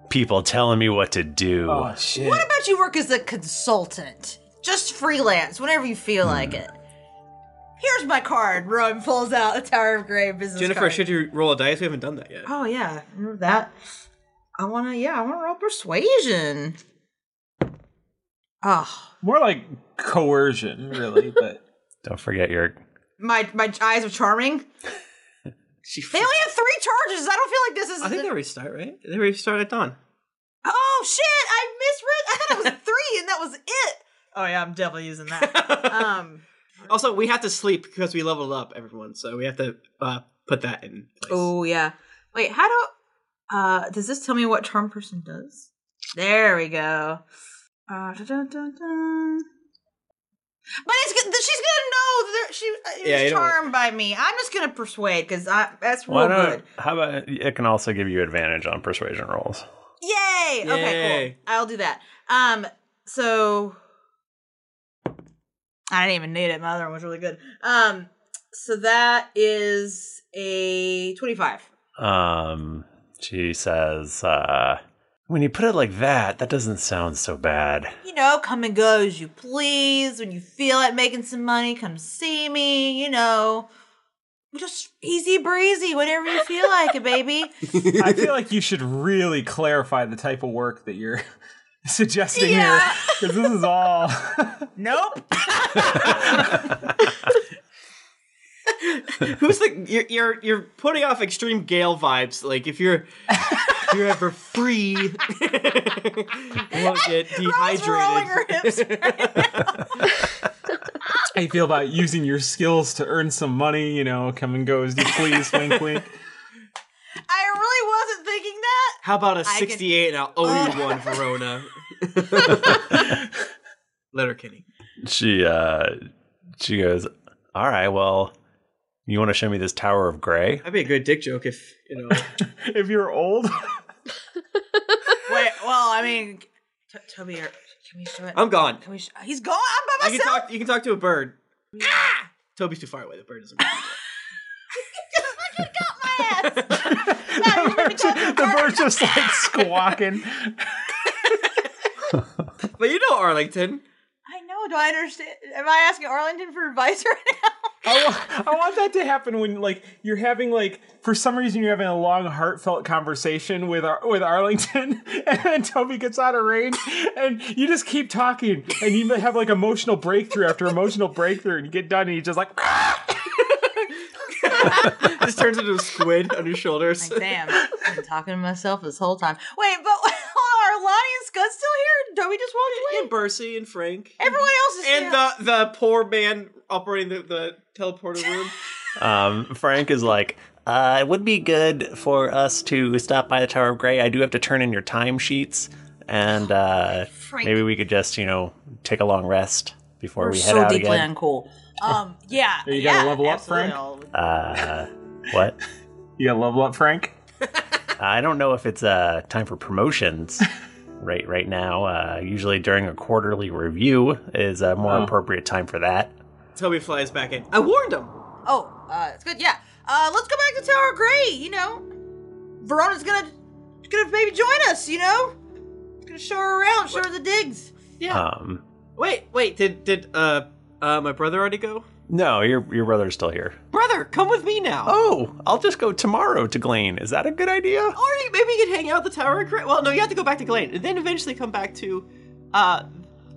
Speaker 1: People telling me what to do.
Speaker 10: Oh, shit.
Speaker 3: What about you work as a consultant? Just freelance, whenever you feel
Speaker 4: Hmm.
Speaker 3: like it. Here's my card. Ron pulls out a Tower of Grey business
Speaker 4: Jennifer,
Speaker 3: card.
Speaker 4: should you roll a dice? We haven't done that yet.
Speaker 3: Oh yeah, remember that. I wanna yeah, I wanna roll persuasion. Oh.
Speaker 5: More like coercion, really. But
Speaker 1: don't forget your
Speaker 3: My my eyes are charming. they only have three charges. I don't feel like this is
Speaker 4: I think they restart, right? They restart at dawn.
Speaker 3: Oh shit, I misread I thought it was three and that was it. Oh yeah, I'm definitely using that. um
Speaker 4: Also, we have to sleep because we leveled up, everyone. So we have to uh, put that in.
Speaker 3: Oh yeah. Wait, how do uh does this tell me what charm person does? There we go. Uh, dun, dun, dun, dun. But it's good, that she's gonna know that she uh,
Speaker 1: Yeah, you
Speaker 3: was
Speaker 1: don't want-
Speaker 3: charmed by me. I'm just gonna persuade because
Speaker 5: Oh,
Speaker 3: that's real
Speaker 1: Why not?
Speaker 3: good.
Speaker 1: How about it can also give you advantage on persuasion rolls.
Speaker 3: Yay! Okay,
Speaker 1: Yay.
Speaker 3: cool. I'll do that. Um, so I didn't even need it. My other one was really good. Um, so that is a twenty-five.
Speaker 1: Um, she says, uh, when you put it like that, that doesn't sound so bad.
Speaker 3: you know, come and go as you please. When you feel like making some money, come see me, you know. Just easy breezy whenever you feel like it, baby.
Speaker 5: I feel like you should really clarify the type of work that you're suggesting here because this is all. nope.
Speaker 4: Who's the you're, you're you're putting off extreme Gale vibes? Like if you're if you're ever free, you won't get dehydrated.
Speaker 5: How you feel about using your skills to earn some money? You know, come and go as you please. wink, wink.
Speaker 3: I really wasn't thinking that.
Speaker 4: How about a
Speaker 3: I can-
Speaker 4: 68 and I'll owe you one, Verona? Letterkenny.
Speaker 1: She uh she goes, "All right, well, you want to show me this Tower of Gray?"
Speaker 4: That'd be a good dick joke if you know.
Speaker 5: if you're old.
Speaker 3: Wait, well, I mean, T- Toby, are, can we show it?
Speaker 4: I'm gone.
Speaker 3: Can we sh- He's gone. I'm by
Speaker 4: You
Speaker 3: myself.
Speaker 4: can talk. You can talk to a bird. Ah! Toby's too far away. The bird doesn't.
Speaker 5: the bird's just like squawking.
Speaker 4: but you know Arlington.
Speaker 3: I know. Do I understand? Am I asking Arlington for advice right now?
Speaker 5: I, wa- I want that to happen when like you're having like for some reason you're having a long heartfelt conversation with Ar- with Arlington and then Toby gets out of range and you just keep talking and you have like emotional breakthrough after emotional breakthrough and you get done and you just like "Ah!"
Speaker 4: just turns into a squid on your shoulders.
Speaker 3: Like, damn, I've been talking to myself this whole time. Wait, but hold on, are Lonnie and Scott still here? Do we just walked away?
Speaker 4: And Bercy and Frank.
Speaker 3: Everyone else is
Speaker 4: and
Speaker 3: here.
Speaker 4: the the poor man operating the, the teleporter room.
Speaker 1: Um Frank is like, "Uh it would be good for us to stop by the Tower of Gray. I do have to turn in your timesheets and uh
Speaker 3: Frank.
Speaker 1: maybe we could just, you know, take a long rest before
Speaker 3: We're
Speaker 1: we head
Speaker 3: so
Speaker 1: out
Speaker 3: deeply
Speaker 1: again."
Speaker 3: uncool. Um, yeah.
Speaker 5: You gotta
Speaker 3: yeah,
Speaker 5: level up,
Speaker 3: absolutely.
Speaker 5: Frank.
Speaker 3: I'll-
Speaker 1: uh what?
Speaker 5: You got to level up, Frank?
Speaker 1: I don't know if it's uh time for promotions. Right, right now. Uh, usually during a quarterly review is a more
Speaker 4: Oh.
Speaker 1: appropriate time for that.
Speaker 4: Toby flies back in. I warned him.
Speaker 3: Oh, uh, it's good. Yeah. Uh, let's go back to Tower of Gray. You know, Verona's gonna gonna maybe join us. You know, gonna show her around, show her the digs.
Speaker 4: Yeah.
Speaker 1: Um,
Speaker 4: Wait, wait. Did did uh uh my brother already go?
Speaker 1: no, your your brother's still here.
Speaker 4: Brother, come with me now.
Speaker 1: Oh, I'll just go tomorrow to Glane. Is that a good idea?
Speaker 4: Or you, maybe you could hang out at the Tower of Gray. Well, no, you have to go back to Glane, and then eventually come back to. uh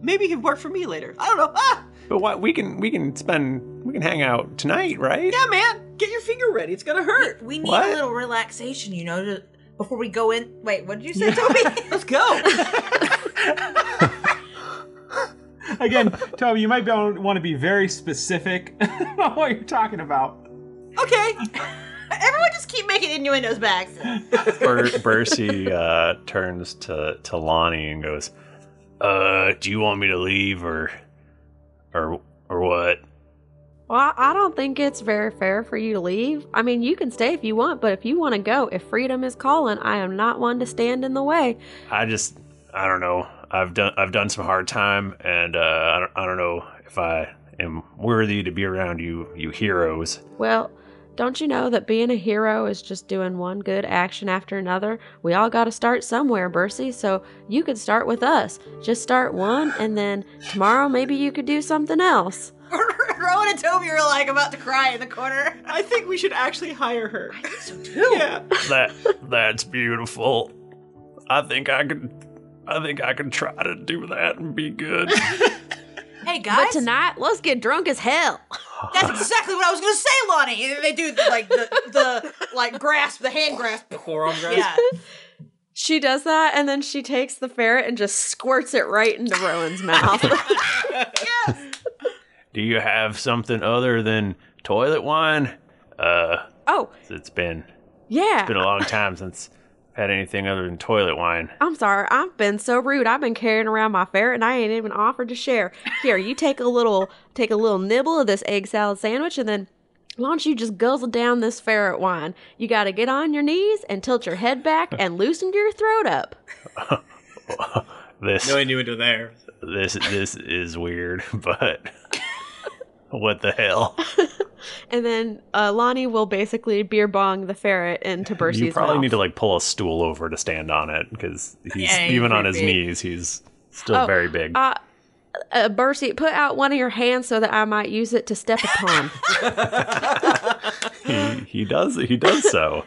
Speaker 4: Maybe you can work for me later. I don't know. Ah,
Speaker 1: But what we can we can spend we can hang out tonight, right?
Speaker 4: yeah, man, get your finger ready. It's gonna hurt.
Speaker 3: We need
Speaker 1: What?
Speaker 3: a little relaxation, you know, to, before we go in. Wait, what did you say, Toby?
Speaker 4: Let's go.
Speaker 5: Again, Toby, you might be, want to be very specific about what you're talking about.
Speaker 3: Okay. Everyone just keep making innuendos by accident.
Speaker 1: Ber- Bercy uh, turns to to Lonnie and goes, "Uh, do you want me to leave or or or what?"
Speaker 6: Well, I don't think it's very fair for you to leave. I mean, you can stay if you want, but if you want to go, if freedom is calling, I am not one to stand in the way.
Speaker 1: I just I don't know. I've done I've done some hard time, and uh, I don't I don't know if I am worthy to be around you you heroes.
Speaker 6: Well, don't you know that being a hero is just doing one good action after another? We all got to start somewhere, Bercy, so you could start with us. Just start one, and then tomorrow maybe you could do something else.
Speaker 3: Rowan and Toby are like about to cry in the corner.
Speaker 4: I think we should actually hire her. I
Speaker 3: think so too.
Speaker 4: Yeah.
Speaker 1: That that's beautiful. I think I could I think I could try to do that and be good.
Speaker 3: Hey guys,
Speaker 6: But tonight, let's get drunk as hell.
Speaker 3: that's exactly what I was gonna say, Lonnie. They do like the the like grasp, the hand grasp.
Speaker 4: Forearm grab.
Speaker 3: Yeah.
Speaker 6: She does that, and then she takes the ferret and just squirts it right into Rowan's mouth.
Speaker 1: Do you have something other than toilet wine? Uh,
Speaker 6: oh,
Speaker 1: it's been
Speaker 6: yeah.
Speaker 1: it's been a long time since I've had anything other than toilet wine.
Speaker 6: I'm sorry, I've been so rude. I've been carrying around my ferret and I ain't even offered to share. Here, you take a little take a little nibble of this egg salad sandwich and then why don't you just guzzle down this ferret wine? You gotta get on your knees and tilt your head back and loosen your throat up.
Speaker 1: This
Speaker 4: No innuendo there.
Speaker 1: this this is weird, but what the hell?
Speaker 6: And then uh, Lonnie will basically beer bong the ferret into Bercy's
Speaker 1: you probably
Speaker 6: mouth.
Speaker 1: need to like pull a stool over to stand on it because he's
Speaker 6: Yeah, he's
Speaker 1: even on
Speaker 6: pretty
Speaker 1: his
Speaker 6: big.
Speaker 1: knees. He's still
Speaker 6: Oh,
Speaker 1: very big.
Speaker 6: Uh, uh, Bercy, put out one of your hands so that I might use it to step upon.
Speaker 1: he, he does he does so.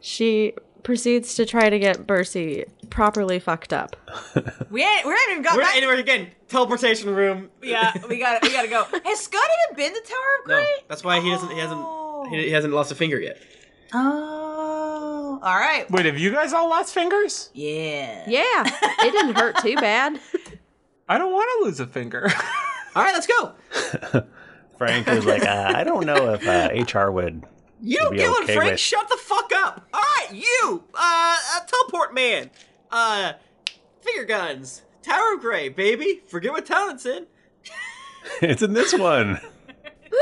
Speaker 6: She proceeds to try to get Bercy properly fucked up.
Speaker 3: We ain't, we haven't even got
Speaker 4: We're
Speaker 3: back.
Speaker 4: anywhere again. Teleportation room.
Speaker 3: Yeah, we got to we got to go. Has Scott even been to Tower of
Speaker 4: No,
Speaker 3: Great?
Speaker 4: that's why he doesn't. He hasn't. He he hasn't lost a finger yet.
Speaker 3: Oh, all right.
Speaker 5: Wait, have you guys all lost fingers?
Speaker 3: Yeah.
Speaker 6: Yeah, it didn't hurt too bad.
Speaker 5: I don't want to lose a finger.
Speaker 4: all right, let's go.
Speaker 1: Frank was like, uh, I don't know if uh, HR would.
Speaker 4: You
Speaker 1: would
Speaker 4: don't
Speaker 1: be
Speaker 4: get one,
Speaker 1: okay
Speaker 4: Frank.
Speaker 1: with-
Speaker 4: Shut the fuck up. All right, you, uh, uh, teleport man, uh, finger guns, Tower of Gray, baby. Forget what talent's in.
Speaker 1: it's in this one.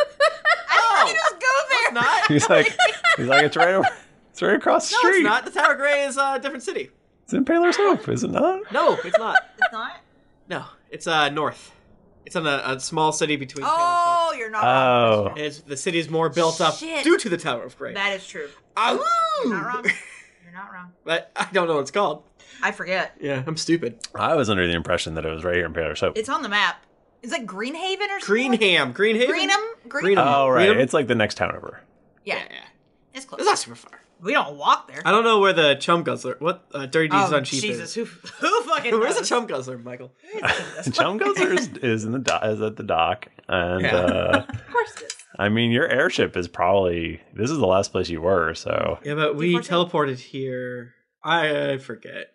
Speaker 4: I oh, just
Speaker 3: go there.
Speaker 4: not.
Speaker 1: He's like, he's like, it's right over, it's right across the
Speaker 4: no,
Speaker 1: street.
Speaker 4: it's not. The Tower of Gray is uh, a different city.
Speaker 1: It's in Paler's Hope, is it not?
Speaker 4: No, it's not.
Speaker 3: it's not.
Speaker 4: No, it's uh north. It's in a, a small city between.
Speaker 3: Oh, you're not.
Speaker 4: Uh,
Speaker 1: Oh,
Speaker 4: It's, the city is more built up
Speaker 3: Shit.
Speaker 4: due to the Tower of Gray.
Speaker 3: That is true.
Speaker 4: Ow!
Speaker 3: You're not wrong. You're not wrong.
Speaker 4: But I don't know what it's called.
Speaker 3: I forget.
Speaker 4: Yeah, I'm stupid.
Speaker 1: I was under the impression that it was right here in Paler's Hope.
Speaker 3: It's on the map. It's like Greenhaven or something.
Speaker 4: Greenham, Greenhaven,
Speaker 3: Greenham. Green-
Speaker 1: Oh, right.
Speaker 4: Greenham?
Speaker 1: It's like the next town over.
Speaker 3: Yeah. It's close.
Speaker 4: It's not super far.
Speaker 3: We don't walk there.
Speaker 4: I don't know where the chum guzzler. What uh, dirty deeds
Speaker 3: Oh,
Speaker 4: on cheap
Speaker 3: Jesus,
Speaker 4: is.
Speaker 3: who who fucking
Speaker 4: Where's the
Speaker 3: knows?
Speaker 4: chum guzzler, Michael?
Speaker 1: Chum Guzzler is, is in the do- is at the dock, and
Speaker 4: Yeah.
Speaker 1: uh, of course it is. I mean, your airship is probably this is the last place you were. So
Speaker 4: Yeah, but we teleported here. I uh, forget.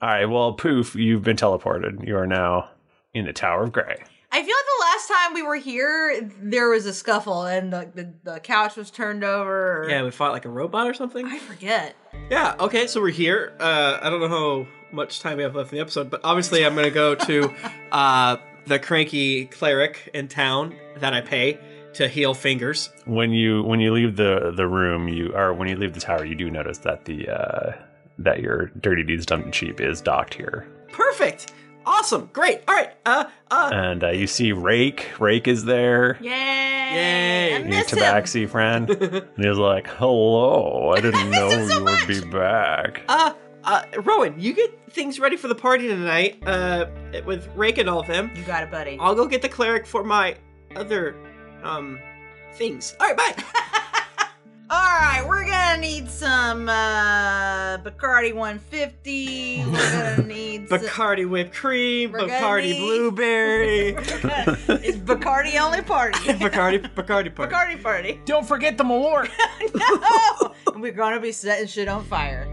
Speaker 1: all right, well, poof, you've been teleported. You are now in the Tower of Gray.
Speaker 3: I feel like the last time we were here, there was a scuffle and the, the, the couch was turned over. Or,
Speaker 4: Yeah, we fought like a robot or something.
Speaker 3: I forget.
Speaker 4: Yeah. Okay, so we're here. Uh, I don't know how much time we have left in the episode, but obviously I'm gonna go to uh, the cranky cleric in town that I pay to heal fingers.
Speaker 1: When you when you leave the the room, you or when you leave the tower, you do notice that the uh, that your dirty deeds done and cheap is docked here,
Speaker 4: Perfect. Awesome. Great. All right. Uh, uh.
Speaker 1: and uh, you see Rake. Rake is there.
Speaker 3: Yay!
Speaker 4: Yay!
Speaker 1: Your tabaxi friend. and he's like, "Hello, I didn't know you would be back."
Speaker 4: Uh, uh, Rowan, you get things ready for the party tonight. Uh, with Rake and all of them.
Speaker 3: You got it, buddy.
Speaker 4: I'll go get the cleric for my other, um, things. All right, bye.
Speaker 3: All right, we're gonna need some uh, Bacardi 150. We're gonna need some,
Speaker 4: Bacardi whipped cream,
Speaker 3: We're gonna
Speaker 4: Bacardi
Speaker 3: need-
Speaker 4: blueberry,
Speaker 3: it's Bacardi only party.
Speaker 4: Bacardi Bacardi party.
Speaker 3: Bacardi party.
Speaker 5: Don't forget the Malort.
Speaker 3: no, we're gonna be setting shit on fire.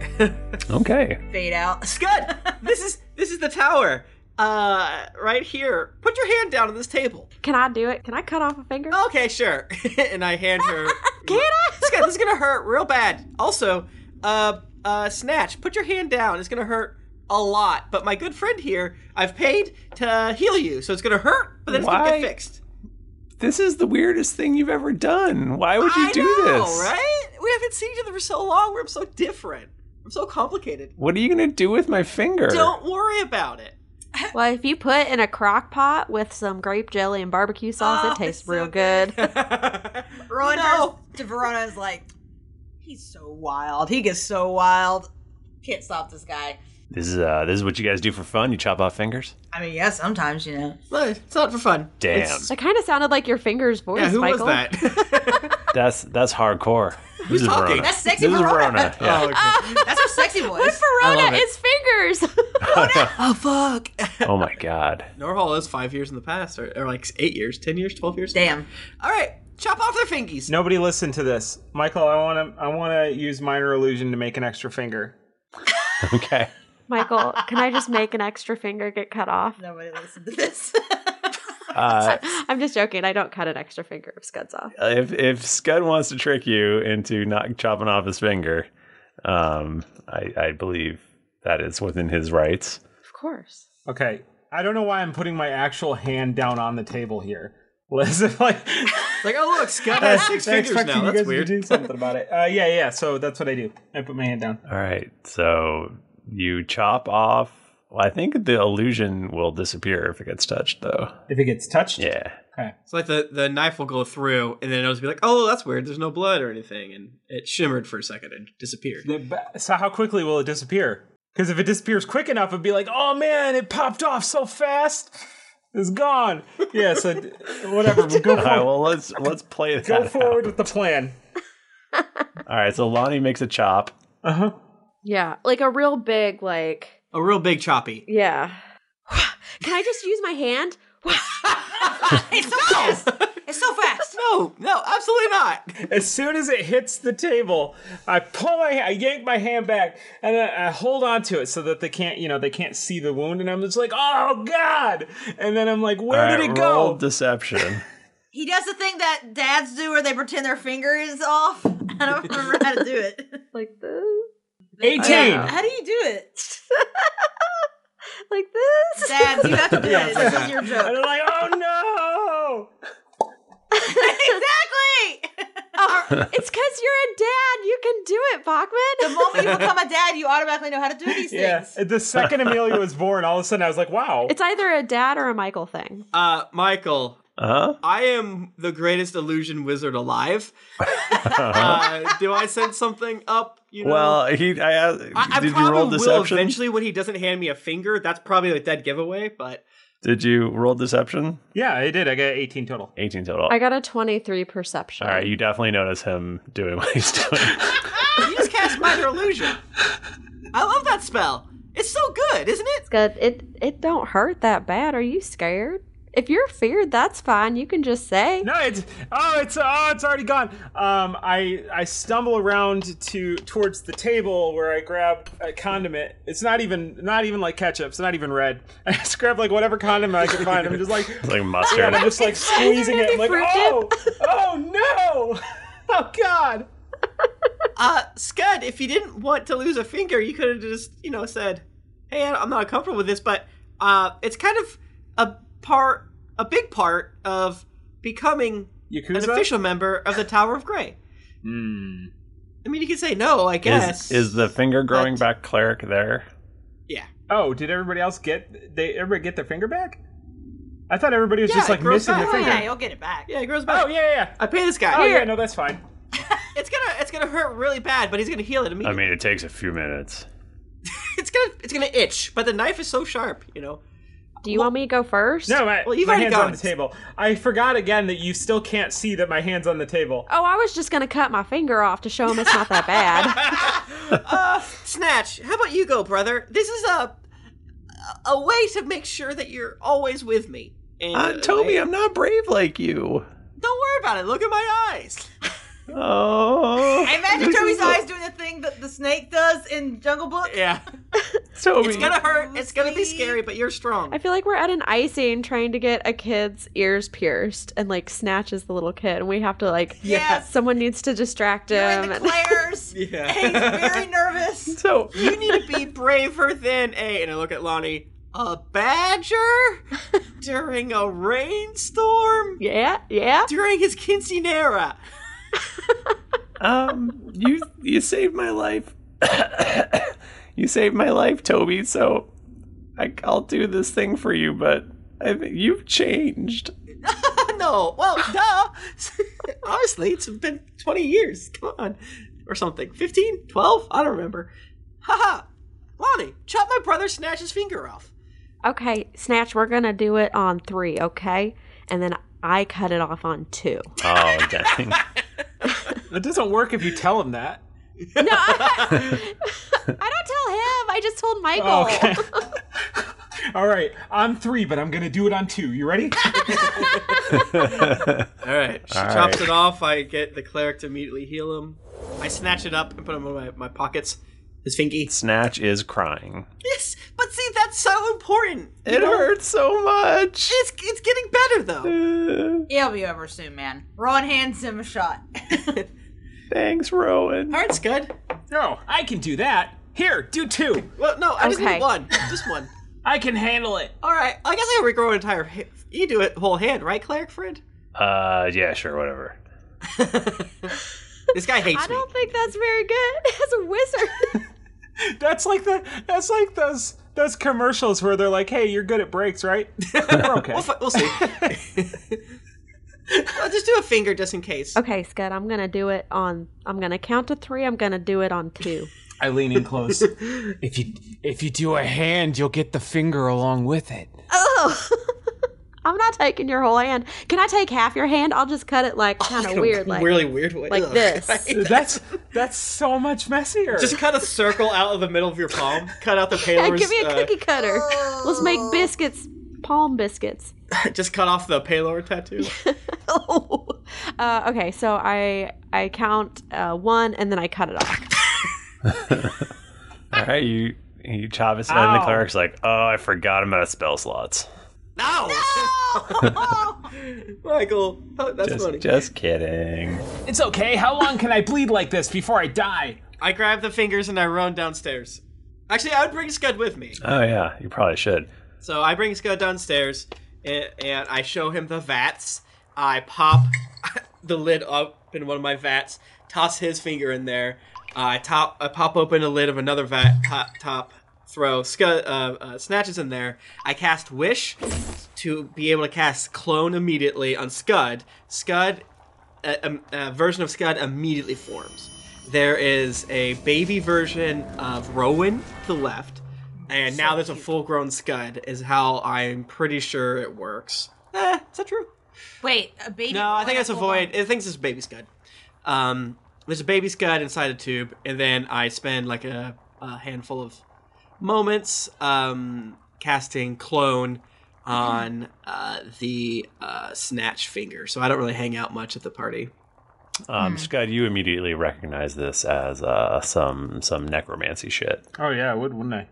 Speaker 1: Okay.
Speaker 3: Fade out.
Speaker 4: Scud, this is this is the tower. Uh, right here. Put your hand down on this table.
Speaker 6: Can I do it? Can I cut off a finger?
Speaker 4: Okay, sure. and I hand her. Get it? Scud, this is gonna hurt real bad. Also, uh, uh, snatch. Put your hand down. It's gonna hurt a lot. But my good friend here, I've paid to heal you, so it's gonna hurt, but then it's gonna
Speaker 1: Why
Speaker 4: get fixed.
Speaker 1: This is the weirdest thing you've ever done. Why would you
Speaker 4: I
Speaker 1: do
Speaker 4: know,
Speaker 1: this?
Speaker 4: right? We haven't seen each other for so long. We're so different. I'm so complicated.
Speaker 1: What are you gonna do with my finger?
Speaker 4: Don't worry about it.
Speaker 6: Well, if you put in a crock pot with some grape jelly and barbecue sauce,
Speaker 3: Oh,
Speaker 6: it tastes
Speaker 3: it's so
Speaker 6: real good.
Speaker 3: Rowan turns to Verona and is like, he's so wild. He gets so wild. Can't stop this guy.
Speaker 1: This is uh, this is what you guys do for fun. You chop off fingers.
Speaker 3: I mean, yeah, sometimes you know.
Speaker 4: It's not for fun.
Speaker 1: Damn,
Speaker 6: That kind of sounded like your finger's voice,
Speaker 1: who was
Speaker 6: Michael.
Speaker 1: that? that's that's hardcore. Who's this
Speaker 4: talking?
Speaker 1: Is Verona.
Speaker 3: That's sexy
Speaker 1: This
Speaker 3: Verona.
Speaker 1: is Verona.
Speaker 4: Oh,
Speaker 1: Yeah.
Speaker 4: Ah.
Speaker 3: That's her sexy voice.
Speaker 6: What
Speaker 1: I love
Speaker 6: Verona?
Speaker 1: it.
Speaker 6: It's fingers.
Speaker 4: oh fuck.
Speaker 1: oh my god.
Speaker 4: Norhall is five years in the past, or, or like eight years, ten years, twelve years.
Speaker 3: Damn.
Speaker 4: All right, chop off their fingies.
Speaker 5: Nobody listen to this, Michael. I want to. I want to use minor illusion to make an extra finger.
Speaker 1: okay.
Speaker 6: Michael, can I just make an extra finger get cut off?
Speaker 3: Nobody listened to this.
Speaker 1: Uh,
Speaker 6: I'm just joking. I don't cut an extra finger of Scud's off.
Speaker 1: if if Scud wants to trick you into not chopping off his finger, um, I, I believe that is within his rights.
Speaker 6: Of course.
Speaker 5: Okay. I don't know why I'm putting my actual hand down on the table here. Listen, like,
Speaker 4: like oh look, Scott has six
Speaker 5: I
Speaker 4: fingers
Speaker 5: expected
Speaker 4: now.
Speaker 5: you
Speaker 4: That's
Speaker 5: guys
Speaker 4: weird.
Speaker 5: To do something about it. Uh, yeah, yeah. So that's what I do. I put my hand down.
Speaker 1: All right. So you chop off. Well, I think the illusion will disappear if it gets touched, though.
Speaker 5: If it gets touched?
Speaker 1: Yeah.
Speaker 4: So like the the knife will go through, and then it'll just be like, oh, that's weird. There's no blood or anything, and it shimmered for a second and disappeared.
Speaker 5: The ba- So how quickly will it disappear? Because if it disappears quick enough, it'd be like, oh man, it popped off so fast. It's gone. Yeah. So d- whatever. But go
Speaker 1: All right,
Speaker 5: forward.
Speaker 1: well, let's let's play that.
Speaker 5: Go
Speaker 1: out.
Speaker 5: forward with the plan.
Speaker 1: All right. So Lonnie makes a chop.
Speaker 5: Uh huh.
Speaker 6: Yeah, like a real big, like
Speaker 4: A real big choppy.
Speaker 6: yeah. Can I just use my hand?
Speaker 3: it's so fast. It's so fast.
Speaker 4: No, no, absolutely not.
Speaker 5: As soon as it hits the table, I pull my, I yank my hand back, and I, I hold on to it so that they can't, you know, they can't see the wound, and I'm just like, oh god! And then I'm like, where
Speaker 1: All
Speaker 5: did
Speaker 1: right,
Speaker 5: it
Speaker 1: roll
Speaker 5: go?
Speaker 1: Deception.
Speaker 3: He does the thing that dads do where they pretend their finger is off. I don't remember how to do it.
Speaker 6: Like this?
Speaker 5: 18.
Speaker 3: How do you do it?
Speaker 6: like this?
Speaker 3: Dads, you have to do it. This is your joke.
Speaker 5: And I'm like, oh
Speaker 3: exactly.
Speaker 6: it's because you're a dad. You can do it, Bachman.
Speaker 3: The moment you become a dad, you automatically know how to do these
Speaker 5: no! Yeah.
Speaker 3: things.
Speaker 5: The second Amelia was born, all of a sudden I was like, wow.
Speaker 6: It's either a dad or a Michael thing.
Speaker 4: Uh, Michael,
Speaker 1: uh
Speaker 4: I am the greatest illusion wizard alive. uh, do I send something up? You know?
Speaker 1: Well, he. I, asked
Speaker 4: I, I
Speaker 1: did
Speaker 4: probably
Speaker 1: you roll deception?
Speaker 4: will eventually when he doesn't hand me a finger. That's probably a dead giveaway, but
Speaker 1: Did you roll deception?
Speaker 5: Yeah, I did. I got 18 total.
Speaker 1: 18 total.
Speaker 6: I got a 23 perception.
Speaker 1: All right, you definitely notice him doing what he's doing.
Speaker 4: you just cast minor illusion. I love that spell. It's so good, isn't it?
Speaker 6: It's good. It it don't hurt that bad. Are you scared? If you're feared, that's fine. You can just say.
Speaker 5: No, it's oh, it's oh, it's already gone. Um, I I stumble around to towards the table where I grab a condiment. It's not even not even like ketchup. It's not even red. I just grab like whatever condiment I can find. I'm just like
Speaker 1: It's like
Speaker 5: yeah,
Speaker 1: mustard.
Speaker 5: and I'm just like squeezing it. I'm like
Speaker 6: fruit
Speaker 5: oh oh no, oh god.
Speaker 4: Uh, Scud, if you didn't want to lose a finger, you could have just, you know, said, "Hey, I- I'm not comfortable with this," but uh, it's kind of a part, a big part of becoming
Speaker 5: Yakuza?
Speaker 4: an official member of the Tower of Grey.
Speaker 5: Hmm.
Speaker 4: I mean, you could say no, I guess.
Speaker 1: Is, is the finger growing back cleric there?
Speaker 4: yeah.
Speaker 5: Oh, did everybody else get they everybody get their finger back? I thought everybody was
Speaker 4: Yeah,
Speaker 5: just
Speaker 4: it
Speaker 5: like
Speaker 4: grows
Speaker 5: missing
Speaker 4: back.
Speaker 5: the finger.
Speaker 3: Yeah, you'll get it back.
Speaker 4: Yeah, it grows back.
Speaker 5: Oh yeah, yeah.
Speaker 4: I pay this guy.
Speaker 5: Oh
Speaker 4: Here.
Speaker 5: yeah, no, that's fine.
Speaker 4: It's gonna, it's gonna hurt really bad, but he's gonna heal it
Speaker 1: I
Speaker 4: immediately.
Speaker 1: mean, it takes a few minutes.
Speaker 4: it's gonna, it's gonna itch, but the knife is so sharp, you know.
Speaker 6: Do you want me to go first?
Speaker 5: No, my,
Speaker 4: Well, you've
Speaker 5: my
Speaker 4: already
Speaker 5: hand's
Speaker 4: got
Speaker 5: on the
Speaker 4: it.
Speaker 5: table. I forgot again that you still can't see that my hand's on the table.
Speaker 6: Oh, I was just gonna cut my finger off to show him it's not that bad.
Speaker 4: Uh, Snatch, how about you go, brother? This is a a way to make sure that you're always with me. And,
Speaker 1: Uh, Toby, I'm not brave like you.
Speaker 4: Don't worry about it. Look at my eyes.
Speaker 1: Oh,
Speaker 3: I imagine
Speaker 1: This
Speaker 3: Toby's
Speaker 1: is a-
Speaker 3: eyes doing the thing that the snake does in Jungle Book.
Speaker 4: Yeah.
Speaker 1: Toby.
Speaker 4: It's gonna hurt. It's gonna be scary, but you're strong.
Speaker 6: I feel like we're at an icing trying to get a kid's ears pierced, and like snatches the little kid, and we have to like.
Speaker 3: Yes.
Speaker 6: Someone needs to distract him.
Speaker 3: You're in the
Speaker 6: and-
Speaker 3: Claire's. and he's
Speaker 4: Yeah.
Speaker 3: very nervous.
Speaker 1: So
Speaker 4: you need to be braver than a. And I look at Lonnie. A badger during a rainstorm
Speaker 6: yeah, yeah.
Speaker 4: during his quinceanera.
Speaker 1: um, you you saved my life. you saved my life, Toby. So I, I'll do this thing for you, but I think you've changed.
Speaker 4: no, well, duh. Honestly, it's been 20 years. Come on. Or something. 15? 12? I don't remember. Haha. Lonnie, chop my brother Snatch's finger off.
Speaker 6: Okay, Snatch, we're gonna do it on three, okay? And then I cut it off on two.
Speaker 1: Oh, dang.
Speaker 5: It doesn't work if you tell him that.
Speaker 6: No, I, don't tell him. I just told Michael.
Speaker 5: okay. All right, on three, but I'm gonna do it on two. You ready?
Speaker 4: All right. She
Speaker 1: All
Speaker 4: chops
Speaker 1: right.
Speaker 4: it off. I get the cleric to immediately heal him. I snatch it up and put him in my, my pockets. His fingy.
Speaker 1: Snatch is crying.
Speaker 4: Yes, but see, that's so important. you
Speaker 1: It
Speaker 4: know?
Speaker 1: hurts so much.
Speaker 4: It's, it's getting better, though.
Speaker 3: He'll be over soon, man. Ron hands him a shot.
Speaker 1: Thanks, Rowan.
Speaker 4: All right, Scud.
Speaker 5: no, I can do that. Here, do two.
Speaker 4: Well, no, I just
Speaker 6: Okay.
Speaker 4: need one. Just one.
Speaker 5: I can handle it.
Speaker 4: All right. I guess I can regrow an entire hand. You do it whole hand, right, cleric friend?
Speaker 1: Uh, yeah, sure, whatever.
Speaker 4: This guy hates
Speaker 6: I
Speaker 4: me.
Speaker 6: don't think that's very good as a wizard.
Speaker 5: That's like the that's like those those commercials where they're like, "Hey, you're good at breaks, right?" We're okay.
Speaker 4: We'll, fi- we'll see. I'll just do a finger just in case.
Speaker 6: okay, Scott, I'm gonna do it on. I'm gonna count to three. I'm gonna do it on two.
Speaker 5: I lean in close. if you if you do a hand, you'll get the finger along with it.
Speaker 6: Oh. I'm not taking your whole hand. Can I take half your hand? I'll just cut it like kind of weird, like
Speaker 4: really weird way.
Speaker 6: like
Speaker 4: Ugh.
Speaker 6: this.
Speaker 5: That's That's so much messier.
Speaker 4: Just cut a circle out of the middle of your palm. Cut out the Paylor's.
Speaker 6: give me a
Speaker 4: uh,
Speaker 6: cookie cutter. Let's make biscuits, palm biscuits.
Speaker 4: just cut off the Paylor tattoo.
Speaker 6: Uh, okay, so I I count uh, one and then I cut it off.
Speaker 1: All right, you you chop it, and the
Speaker 6: Ow.
Speaker 1: cleric's like, "Oh, I forgot I'm out of spell slots."
Speaker 4: Michael, oh, that's
Speaker 1: just,
Speaker 4: funny.
Speaker 1: just kidding.
Speaker 10: It's okay. How long can I bleed like this before I die?
Speaker 4: I grab the fingers and I run downstairs. Actually, I would bring Scud with me.
Speaker 1: Oh yeah, you probably should.
Speaker 4: So I bring Scud downstairs and, and I show him the vats. I pop the lid up in one of my vats, toss his finger in there. I top, I pop open a lid of another vat, top, top throw Scud uh, uh, snatches in there. I cast Wish to be able to cast Clone immediately on Scud. Scud, a, a- a version of Scud immediately forms. There is a baby version of Rowan to the left, and now there's a full grown Scud, is how I'm pretty sure it works. Eh, is that true?
Speaker 3: Wait, a baby.
Speaker 4: No, I think that's a
Speaker 3: Hold on.
Speaker 4: void. It thinks it's a baby scud. Um, there's a baby scud inside a tube, and then I spend like a, a handful of moments um, casting clone on uh, the uh, snatch finger. So I don't really hang out much at the party.
Speaker 1: Um,
Speaker 4: Hmm.
Speaker 1: Scud, you immediately recognize this as uh, some some necromancy shit.
Speaker 5: Oh yeah, I would, wouldn't I?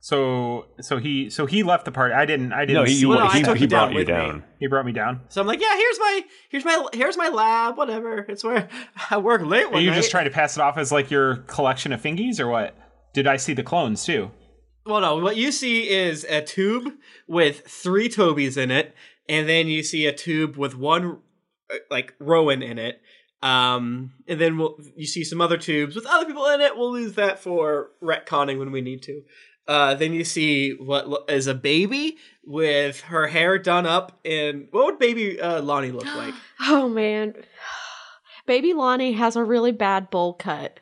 Speaker 5: So so he so he left the party. I didn't. I didn't.
Speaker 1: No, he-
Speaker 5: see
Speaker 1: you-
Speaker 5: it.
Speaker 1: Well, he- I took he you down brought you with me. down.
Speaker 5: He brought me down.
Speaker 4: So I'm like, yeah, here's my here's my here's my lab. Whatever. It's where I work late
Speaker 5: Are
Speaker 4: one
Speaker 5: you
Speaker 4: night.
Speaker 5: just trying to pass it off as like your collection of fingies or what? Did I see the clones too?
Speaker 4: Well, no. What you see is a tube with three Tobys in it, and then you see a tube with one, uh, like Rowan in it. Um, and then we'll you see some other tubes with other people in it. We'll lose that for retconning when we need to. Uh, then you see what lo- is a baby with her hair done up in what would baby uh, Lonnie look like?
Speaker 6: Oh man, baby Lonnie has a really bad bowl cut.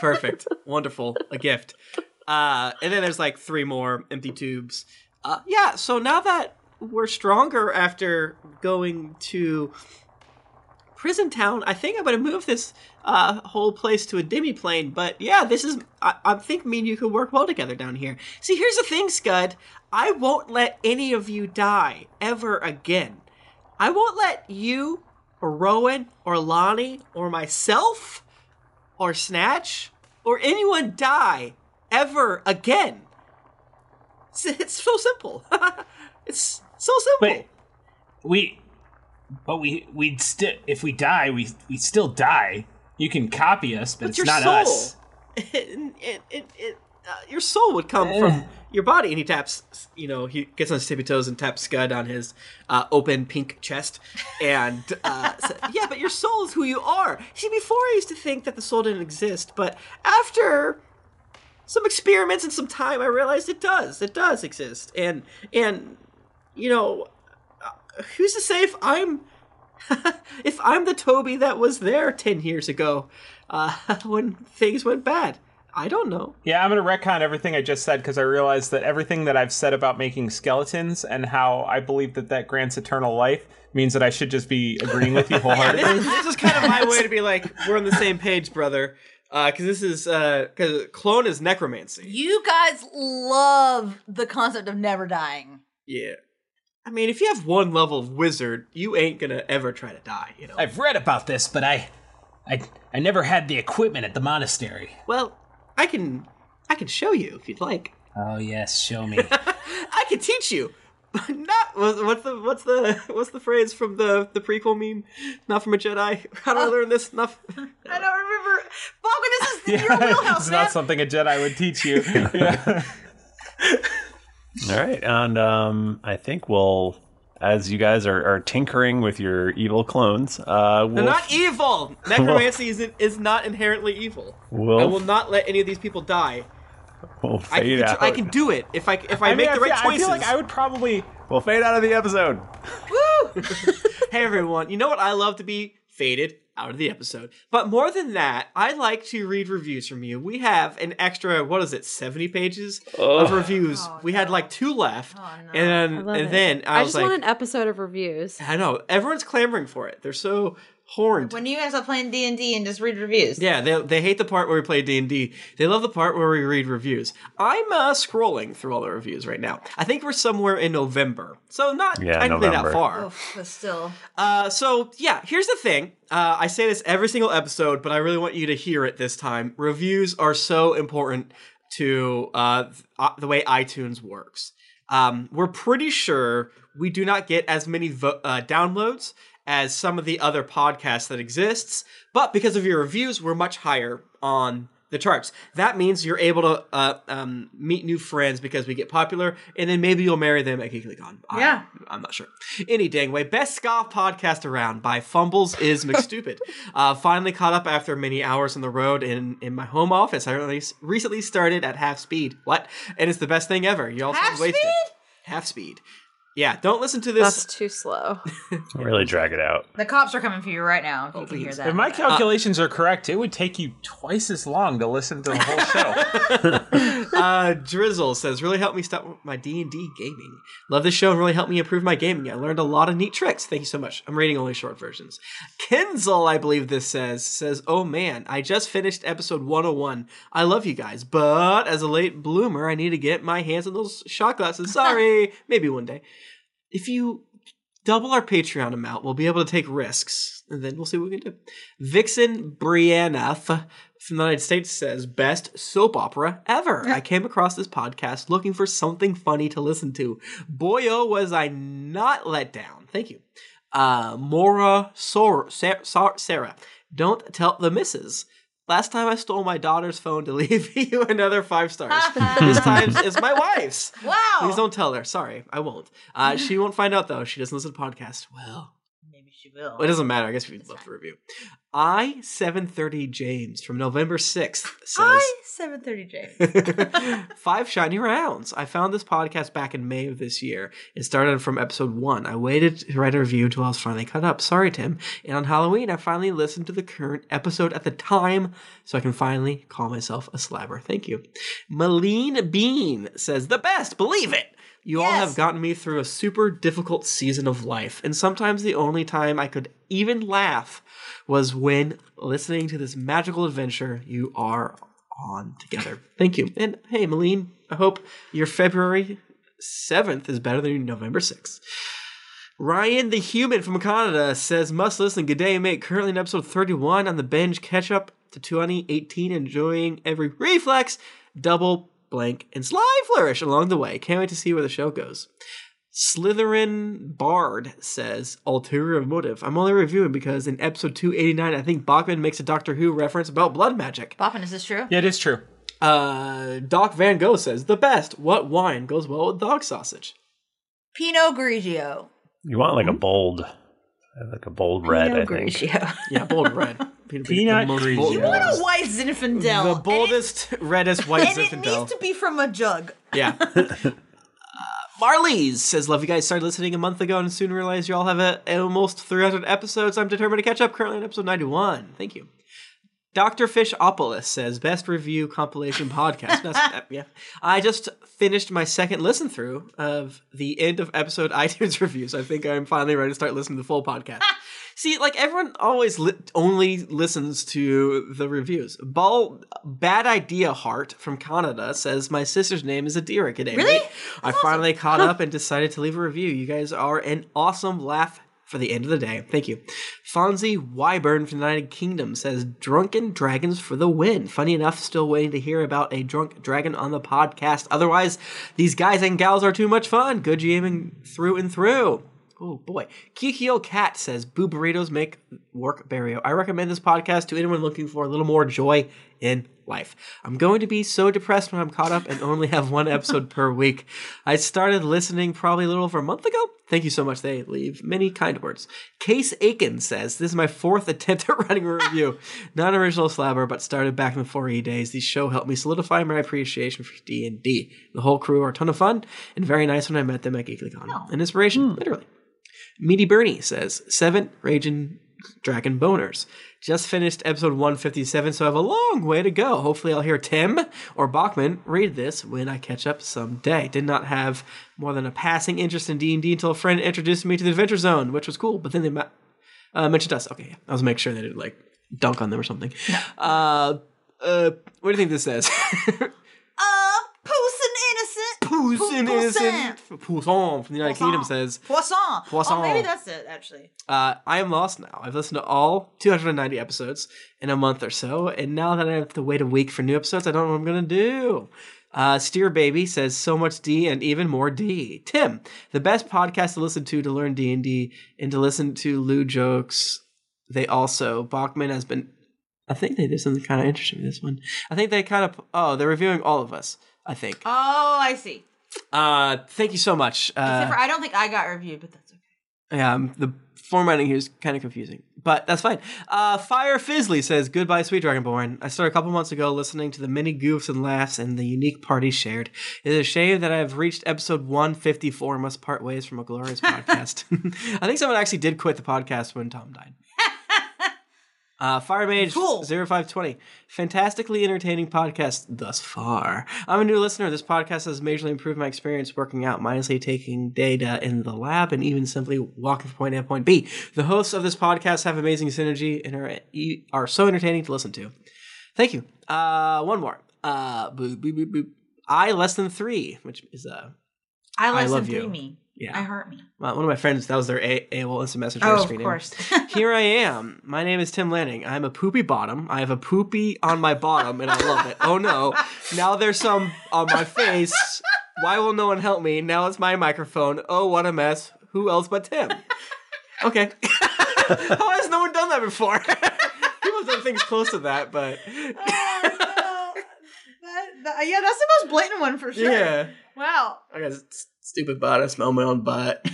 Speaker 4: Perfect. Wonderful. A gift. Uh, and then there's like three more empty tubes. Uh, yeah, so now that we're stronger after going to prison town, I think I'm going to move this uh, whole place to a demiplane. But yeah, this is, I, I think me and you could work well together down here. See, here's the thing, Scud. I won't let any of you die ever again. I won't let you or Rowan or Lonnie or myself or snatch or anyone die ever again. It's, it's so simple. it's so simple.
Speaker 10: We, but we we'd still if we die we we still die. You can copy us, but,
Speaker 4: But
Speaker 10: it's
Speaker 4: your
Speaker 10: not
Speaker 4: soul,
Speaker 10: us.
Speaker 4: It- it- it- it, uh, your soul would come from your body. And he taps, you know, he gets on his tippy toes and taps Scud on his uh, open pink chest. And uh, so- yeah, but your soul is who you are. See, before I used to think that the soul didn't exist, but after some experiments and some time, I realized it does. It does exist. And and you know, uh, who's to say if I'm if I'm the Toby that was there ten years ago uh, when things went bad? I don't know.
Speaker 5: Yeah, I'm gonna retcon everything I just said because I realized that everything that I've said about making skeletons and how I believe that that grants eternal life means that I should just be agreeing with you wholeheartedly.
Speaker 4: this, this is kind of my way to be like we're on the same page, brother. Because this is because clone is necromancy.
Speaker 3: You guys love the concept of never dying.
Speaker 4: Yeah. I mean, if you have one level of wizard, you ain't gonna ever try to die. You know.
Speaker 10: I've read about this, but I, I I never had the equipment at the monastery.
Speaker 4: Well, I can I can show you if you'd like.
Speaker 10: Oh yes, show me.
Speaker 4: I can teach you. Not what- what's the what's the what's the phrase from the the prequel meme? Not from a Jedi. How did I learn this? Not. I
Speaker 3: don't remember. Falcon, this is
Speaker 5: it's not something a Jedi would teach you. Yeah.
Speaker 1: All right, and um, I think we'll, as you guys are, are tinkering with your evil clones, uh,
Speaker 4: They're
Speaker 1: we'll
Speaker 4: not evil. Necromancy is is not inherently evil.
Speaker 1: Wolf.
Speaker 4: I will not let any of these people die.
Speaker 1: we'll
Speaker 4: I
Speaker 1: fade
Speaker 4: can,
Speaker 1: out.
Speaker 4: I can do it if I if I,
Speaker 5: mean,
Speaker 4: make the
Speaker 5: I
Speaker 4: right
Speaker 5: feel- I
Speaker 4: choices.
Speaker 5: feel like I would probably.
Speaker 1: We'll fade out of the episode.
Speaker 4: hey everyone, you know what I love to be faded out of the episode. But more than that, I like to read reviews from you. We have an extra what is it, seventy pages
Speaker 10: Ugh.
Speaker 4: of reviews.
Speaker 6: Oh,
Speaker 4: we had like two left, and
Speaker 6: I
Speaker 4: then
Speaker 6: love
Speaker 4: and
Speaker 6: it.
Speaker 4: then I,
Speaker 6: I
Speaker 4: was
Speaker 6: just
Speaker 4: like,
Speaker 6: want an episode of reviews.
Speaker 4: I know everyone's clamoring for it. They're so Horned.
Speaker 3: When you guys are playing D and D and just read reviews.
Speaker 4: Yeah, they, they hate the part where we play D and D. They love the part where we read reviews. I'm uh, scrolling through all the reviews right now. I think we're somewhere in November, so not
Speaker 1: Yeah,
Speaker 4: technically
Speaker 1: November.
Speaker 4: that far.
Speaker 3: Oof, but still.
Speaker 4: Uh, so yeah, here's the thing. Uh, I say this every single episode, but I really want you to hear it this time. Reviews are so important to uh, th- uh, the way iTunes works. Um, we're pretty sure we do not get as many vo- uh, downloads as some of the other podcasts that exists, but because of your reviews, we're much higher on the charts. That means you're able to uh, um, meet new friends because we get popular, and then maybe you'll marry them at GeeklyCon. I-
Speaker 3: Yeah.
Speaker 4: I'm not sure. Any dang way, best scoff podcast around by Fumbles is McStupid. uh, finally caught up after many hours on the road in in my home office. I really s- recently started at half speed. What? And it's the best thing ever. You all half wasted. speed. Half speed. Yeah. Don't listen to this.
Speaker 6: That's too slow.
Speaker 1: Don't really drag it out.
Speaker 3: The cops are coming for you right now. If
Speaker 4: Oh,
Speaker 3: you can hear that.
Speaker 5: If my calculations are correct, it would take you twice as long to listen to the whole show.
Speaker 4: uh, Drizzle says, "Really helped me stop my D and D gaming. Love this show and really helped me improve my gaming. I learned a lot of neat tricks. Thank you so much. I'm reading only short versions. Kenzel, I believe this says, says, "Oh man, I just finished episode 101. I love you guys, but as a late bloomer, I need to get my hands on those shot glasses. Sorry, maybe one day. If you double our Patreon amount, we'll be able to take risks, and then we'll see what we can do. Vixen Brianna f- from the United States says, Best soap opera ever. I came across this podcast looking for something funny to listen to. Boy, oh, was I not let down. Thank you. Uh, Mora Sor- Sar- Sar- Sarah, don't tell the missus. Last time I stole my daughter's phone to leave you another five stars. this time it's my wife's.
Speaker 3: Wow.
Speaker 4: Please don't tell her. Sorry, I won't. Uh, she won't find out though. She doesn't listen to podcasts. Well,
Speaker 3: She will.
Speaker 4: well, it doesn't matter. I guess we'd love to review. I seven thirty James from November sixth says
Speaker 3: I seven thirty J.
Speaker 4: five shiny rounds. I found this podcast back in May of this year. It started from episode one. I waited to write a review until I was finally caught up. Sorry, Tim. And on Halloween, I finally listened to the current episode at the time, so I can finally call myself a slabber. Thank you. Malene Bean says the best. Believe it. You all have gotten me through a super difficult season of life, and sometimes the only time I could even laugh was when listening to this magical adventure you are on together. Thank you. And hey, Malene, I hope your February 7th is better than your November 6th. Ryan the Human from Canada says, Must listen. Good day, mate. Currently in episode 31 on the binge catch up to 2018, enjoying every reflex, double, blank, and sly flourish along the way. Can't wait to see where the show goes. Slytherin Bard says, ulterior motive. I'm only reviewing because in episode 289, I think Bachman makes a Doctor Who reference about blood magic.
Speaker 3: Boppin, is this true?
Speaker 4: Yeah, it is true. Uh, Doc Van Gogh says, the best. What wine goes well with dog sausage?
Speaker 3: Pinot Grigio.
Speaker 1: You want like a bold, like a bold red, I
Speaker 3: Pinot
Speaker 1: think.
Speaker 3: Grigio.
Speaker 4: Yeah, bold red.
Speaker 1: Peanut
Speaker 4: Grigio.
Speaker 3: You want a white Zinfandel.
Speaker 4: The boldest, reddest white
Speaker 3: and it
Speaker 4: Zinfandel.
Speaker 3: needs to be from a jug.
Speaker 4: Yeah. uh, Marley's Uh, says, Love you guys. Started listening a month ago and soon realized you all have a, almost 300 episodes. I'm determined to catch up. Currently on episode 91. Thank you. Dr. Fishopolis says, Best review compilation podcast. That's, uh, yeah. I just finished my second listen through of the end of episode iTunes reviews. I think I'm finally ready to start listening to the full podcast. See, like everyone always li- only listens to the reviews. Ball, bad idea heart from Canada says my sister's name is Adira today.
Speaker 3: Really?
Speaker 4: I finally caught up and decided to leave a review. You guys are an awesome laugh for the end of the day. Thank you. Fonzie Wyburn from the United Kingdom says drunken dragons for the win. Funny enough, still waiting to hear about a drunk dragon on the podcast. Otherwise, these guys and gals are too much fun. Good GMing through and through. Oh boy. Kikio Cat says Boo burritos make work barrio. I recommend this podcast to anyone looking for a little more joy in life. I'm going to be so depressed when I'm caught up and only have one episode per week. I started listening probably a little over a month ago. Thank you so much. They leave many kind words. Case Aiken says, This is my fourth attempt at writing a review. Not an original slabber, but started back in the 4E days. This show helped me solidify my appreciation for D&D. The whole crew are a ton of fun and very nice when I met them at GeeklyCon. An inspiration, literally. Meaty Bernie says, Seven Raging Dragon Boners. Just finished episode 157, so I have a long way to go. Hopefully, I'll hear Tim or Bachman read this when I catch up someday. Did not have more than a passing interest in D&D until a friend introduced me to the Adventure Zone, which was cool, but then they ma- Uh, mentioned us. Okay, yeah. I was making sure they didn't like dunk on them or something. Uh, uh, what do you think this says?
Speaker 3: Uh, Poussin Innocent. Poussin.
Speaker 4: Poussin Innocent Poussin from the United Kingdom says,
Speaker 3: Poisson.
Speaker 4: Poisson.
Speaker 3: Oh, maybe that's it, actually.
Speaker 4: uh, I am lost now. I've listened to all 290 episodes in a month or so, and now that I have to wait a week for new episodes, I don't know what I'm going to do. Uh, Steer Baby says so much D and even more D. Tim, the best podcast to listen to to learn D and D and to listen to Lou jokes. They also Bachman has been. I think they did something kind of interesting with this one. I think they kind of. Oh, they're reviewing all of us. I think.
Speaker 3: Oh, I see.
Speaker 4: Uh, thank you so much. Uh,
Speaker 3: Except for I don't think I got reviewed, but that's okay.
Speaker 4: yeah, um, the formatting here is kind of confusing, but that's fine. Uh, Fire Fizzly says, Goodbye, Sweet Dragonborn. I started a couple months ago listening to the many goofs and laughs and the unique parties shared. It is a shame that I have reached episode 154 and must part ways from a glorious podcast. I think someone actually did quit the podcast when Tom died. Uh, Fire Mage 0520. Fantastically entertaining podcast thus far. I'm a new listener. This podcast has majorly improved my experience working out, mindlessly taking data in the lab, and even simply walking from point A to point B. The hosts of this podcast have amazing synergy and are, e, are so entertaining to listen to. Thank you. Uh, one more. Uh, boop, boop, boop, boop. I less than three, which is uh,
Speaker 3: I
Speaker 4: I
Speaker 3: listen
Speaker 4: love
Speaker 3: to
Speaker 4: you.
Speaker 3: me.
Speaker 4: Yeah.
Speaker 3: I hurt me.
Speaker 4: well, one of my friends, that was their A- AWOL instant messenger
Speaker 3: Oh, of
Speaker 4: screen name.
Speaker 3: course.
Speaker 4: Here I am. My name is Tim Lanning. I'm a poopy bottom. I have a poopy on my bottom, and I love it. Oh no! Now there's some on my face. Why will no one help me? Now it's my microphone. Oh, what a mess. Who else but Tim? Okay. How has no one done that before? People have done things close to that, but
Speaker 3: That, that- yeah, that's the most blatant one for sure.
Speaker 4: Yeah.
Speaker 3: Wow.
Speaker 4: I got a s- stupid butt. I smell my own butt.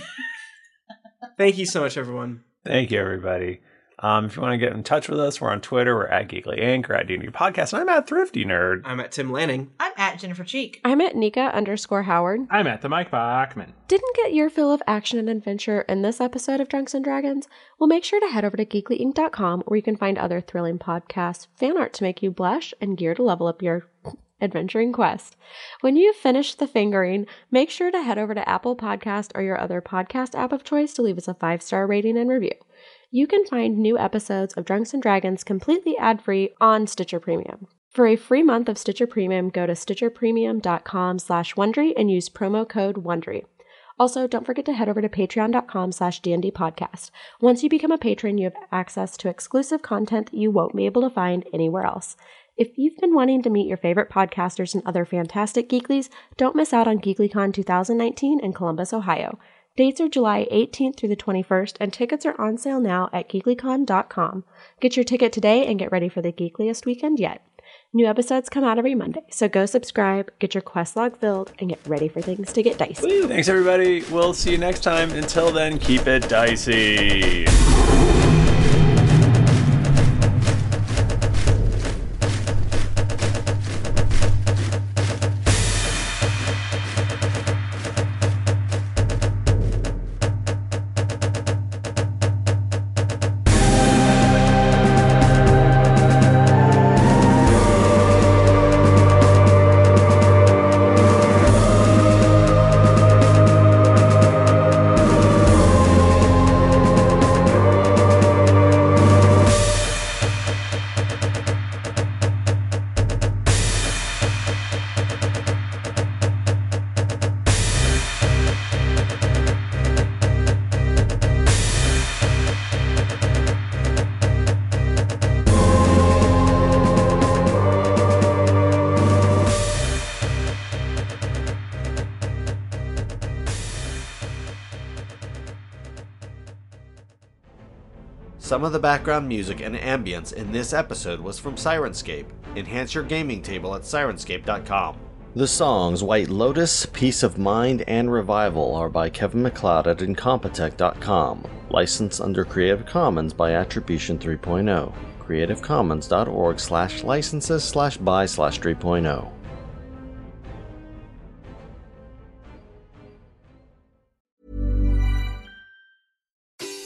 Speaker 4: Thank you so much, everyone.
Speaker 1: Thank you, everybody. Um, if you want to get in touch with us, we're on Twitter. We're at Geekly Inc. We're at D&D Podcast. And I'm at Thrifty Nerd.
Speaker 4: I'm at Tim Lanning.
Speaker 3: I'm at Jennifer Cheek.
Speaker 6: I'm at Nika underscore Howard.
Speaker 5: I'm at the Mike Bachman.
Speaker 6: Didn't get your fill of action and adventure in this episode of Drunks and Dragons? Well, make sure to head over to geeklyinc.com where you can find other thrilling podcasts, fan art to make you blush, and gear to level up your adventuring quest. When you finish the fingering, make sure to head over to Apple Podcast or your other podcast app of choice to leave us a five-star rating and review. You can find new episodes of Drunks and Dragons completely ad-free on Stitcher Premium. For a free month of Stitcher Premium, go to stitcherpremium.com slash Wondery and use promo code Wondery. Also, don't forget to head over to patreon.com slash DND podcast. Once you become a patron, you have access to exclusive content that you won't be able to find anywhere else. If you've been wanting to meet your favorite podcasters and other fantastic geeklies, don't miss out on GeeklyCon 2019 in Columbus, Ohio. Dates are July 18th through the 21st, and tickets are on sale now at geeklycon.com. Get your ticket today and get ready for the geekliest weekend yet. New episodes come out every Monday, so go subscribe, get your quest log filled, and get ready for things to get dicey.
Speaker 1: Thanks, everybody. We'll see you next time. Until then, keep it dicey.
Speaker 11: Some of the background music and ambience in this episode was from Sirenscape. Enhance your gaming table at sirenscape.com. The songs White Lotus, Peace of Mind, and Revival are by Kevin McLeod at Incompetech.com. Licensed under Creative Commons by Attribution oh. 3.0. CreativeCommons.org slash licenses slash buy slash oh. 3.0.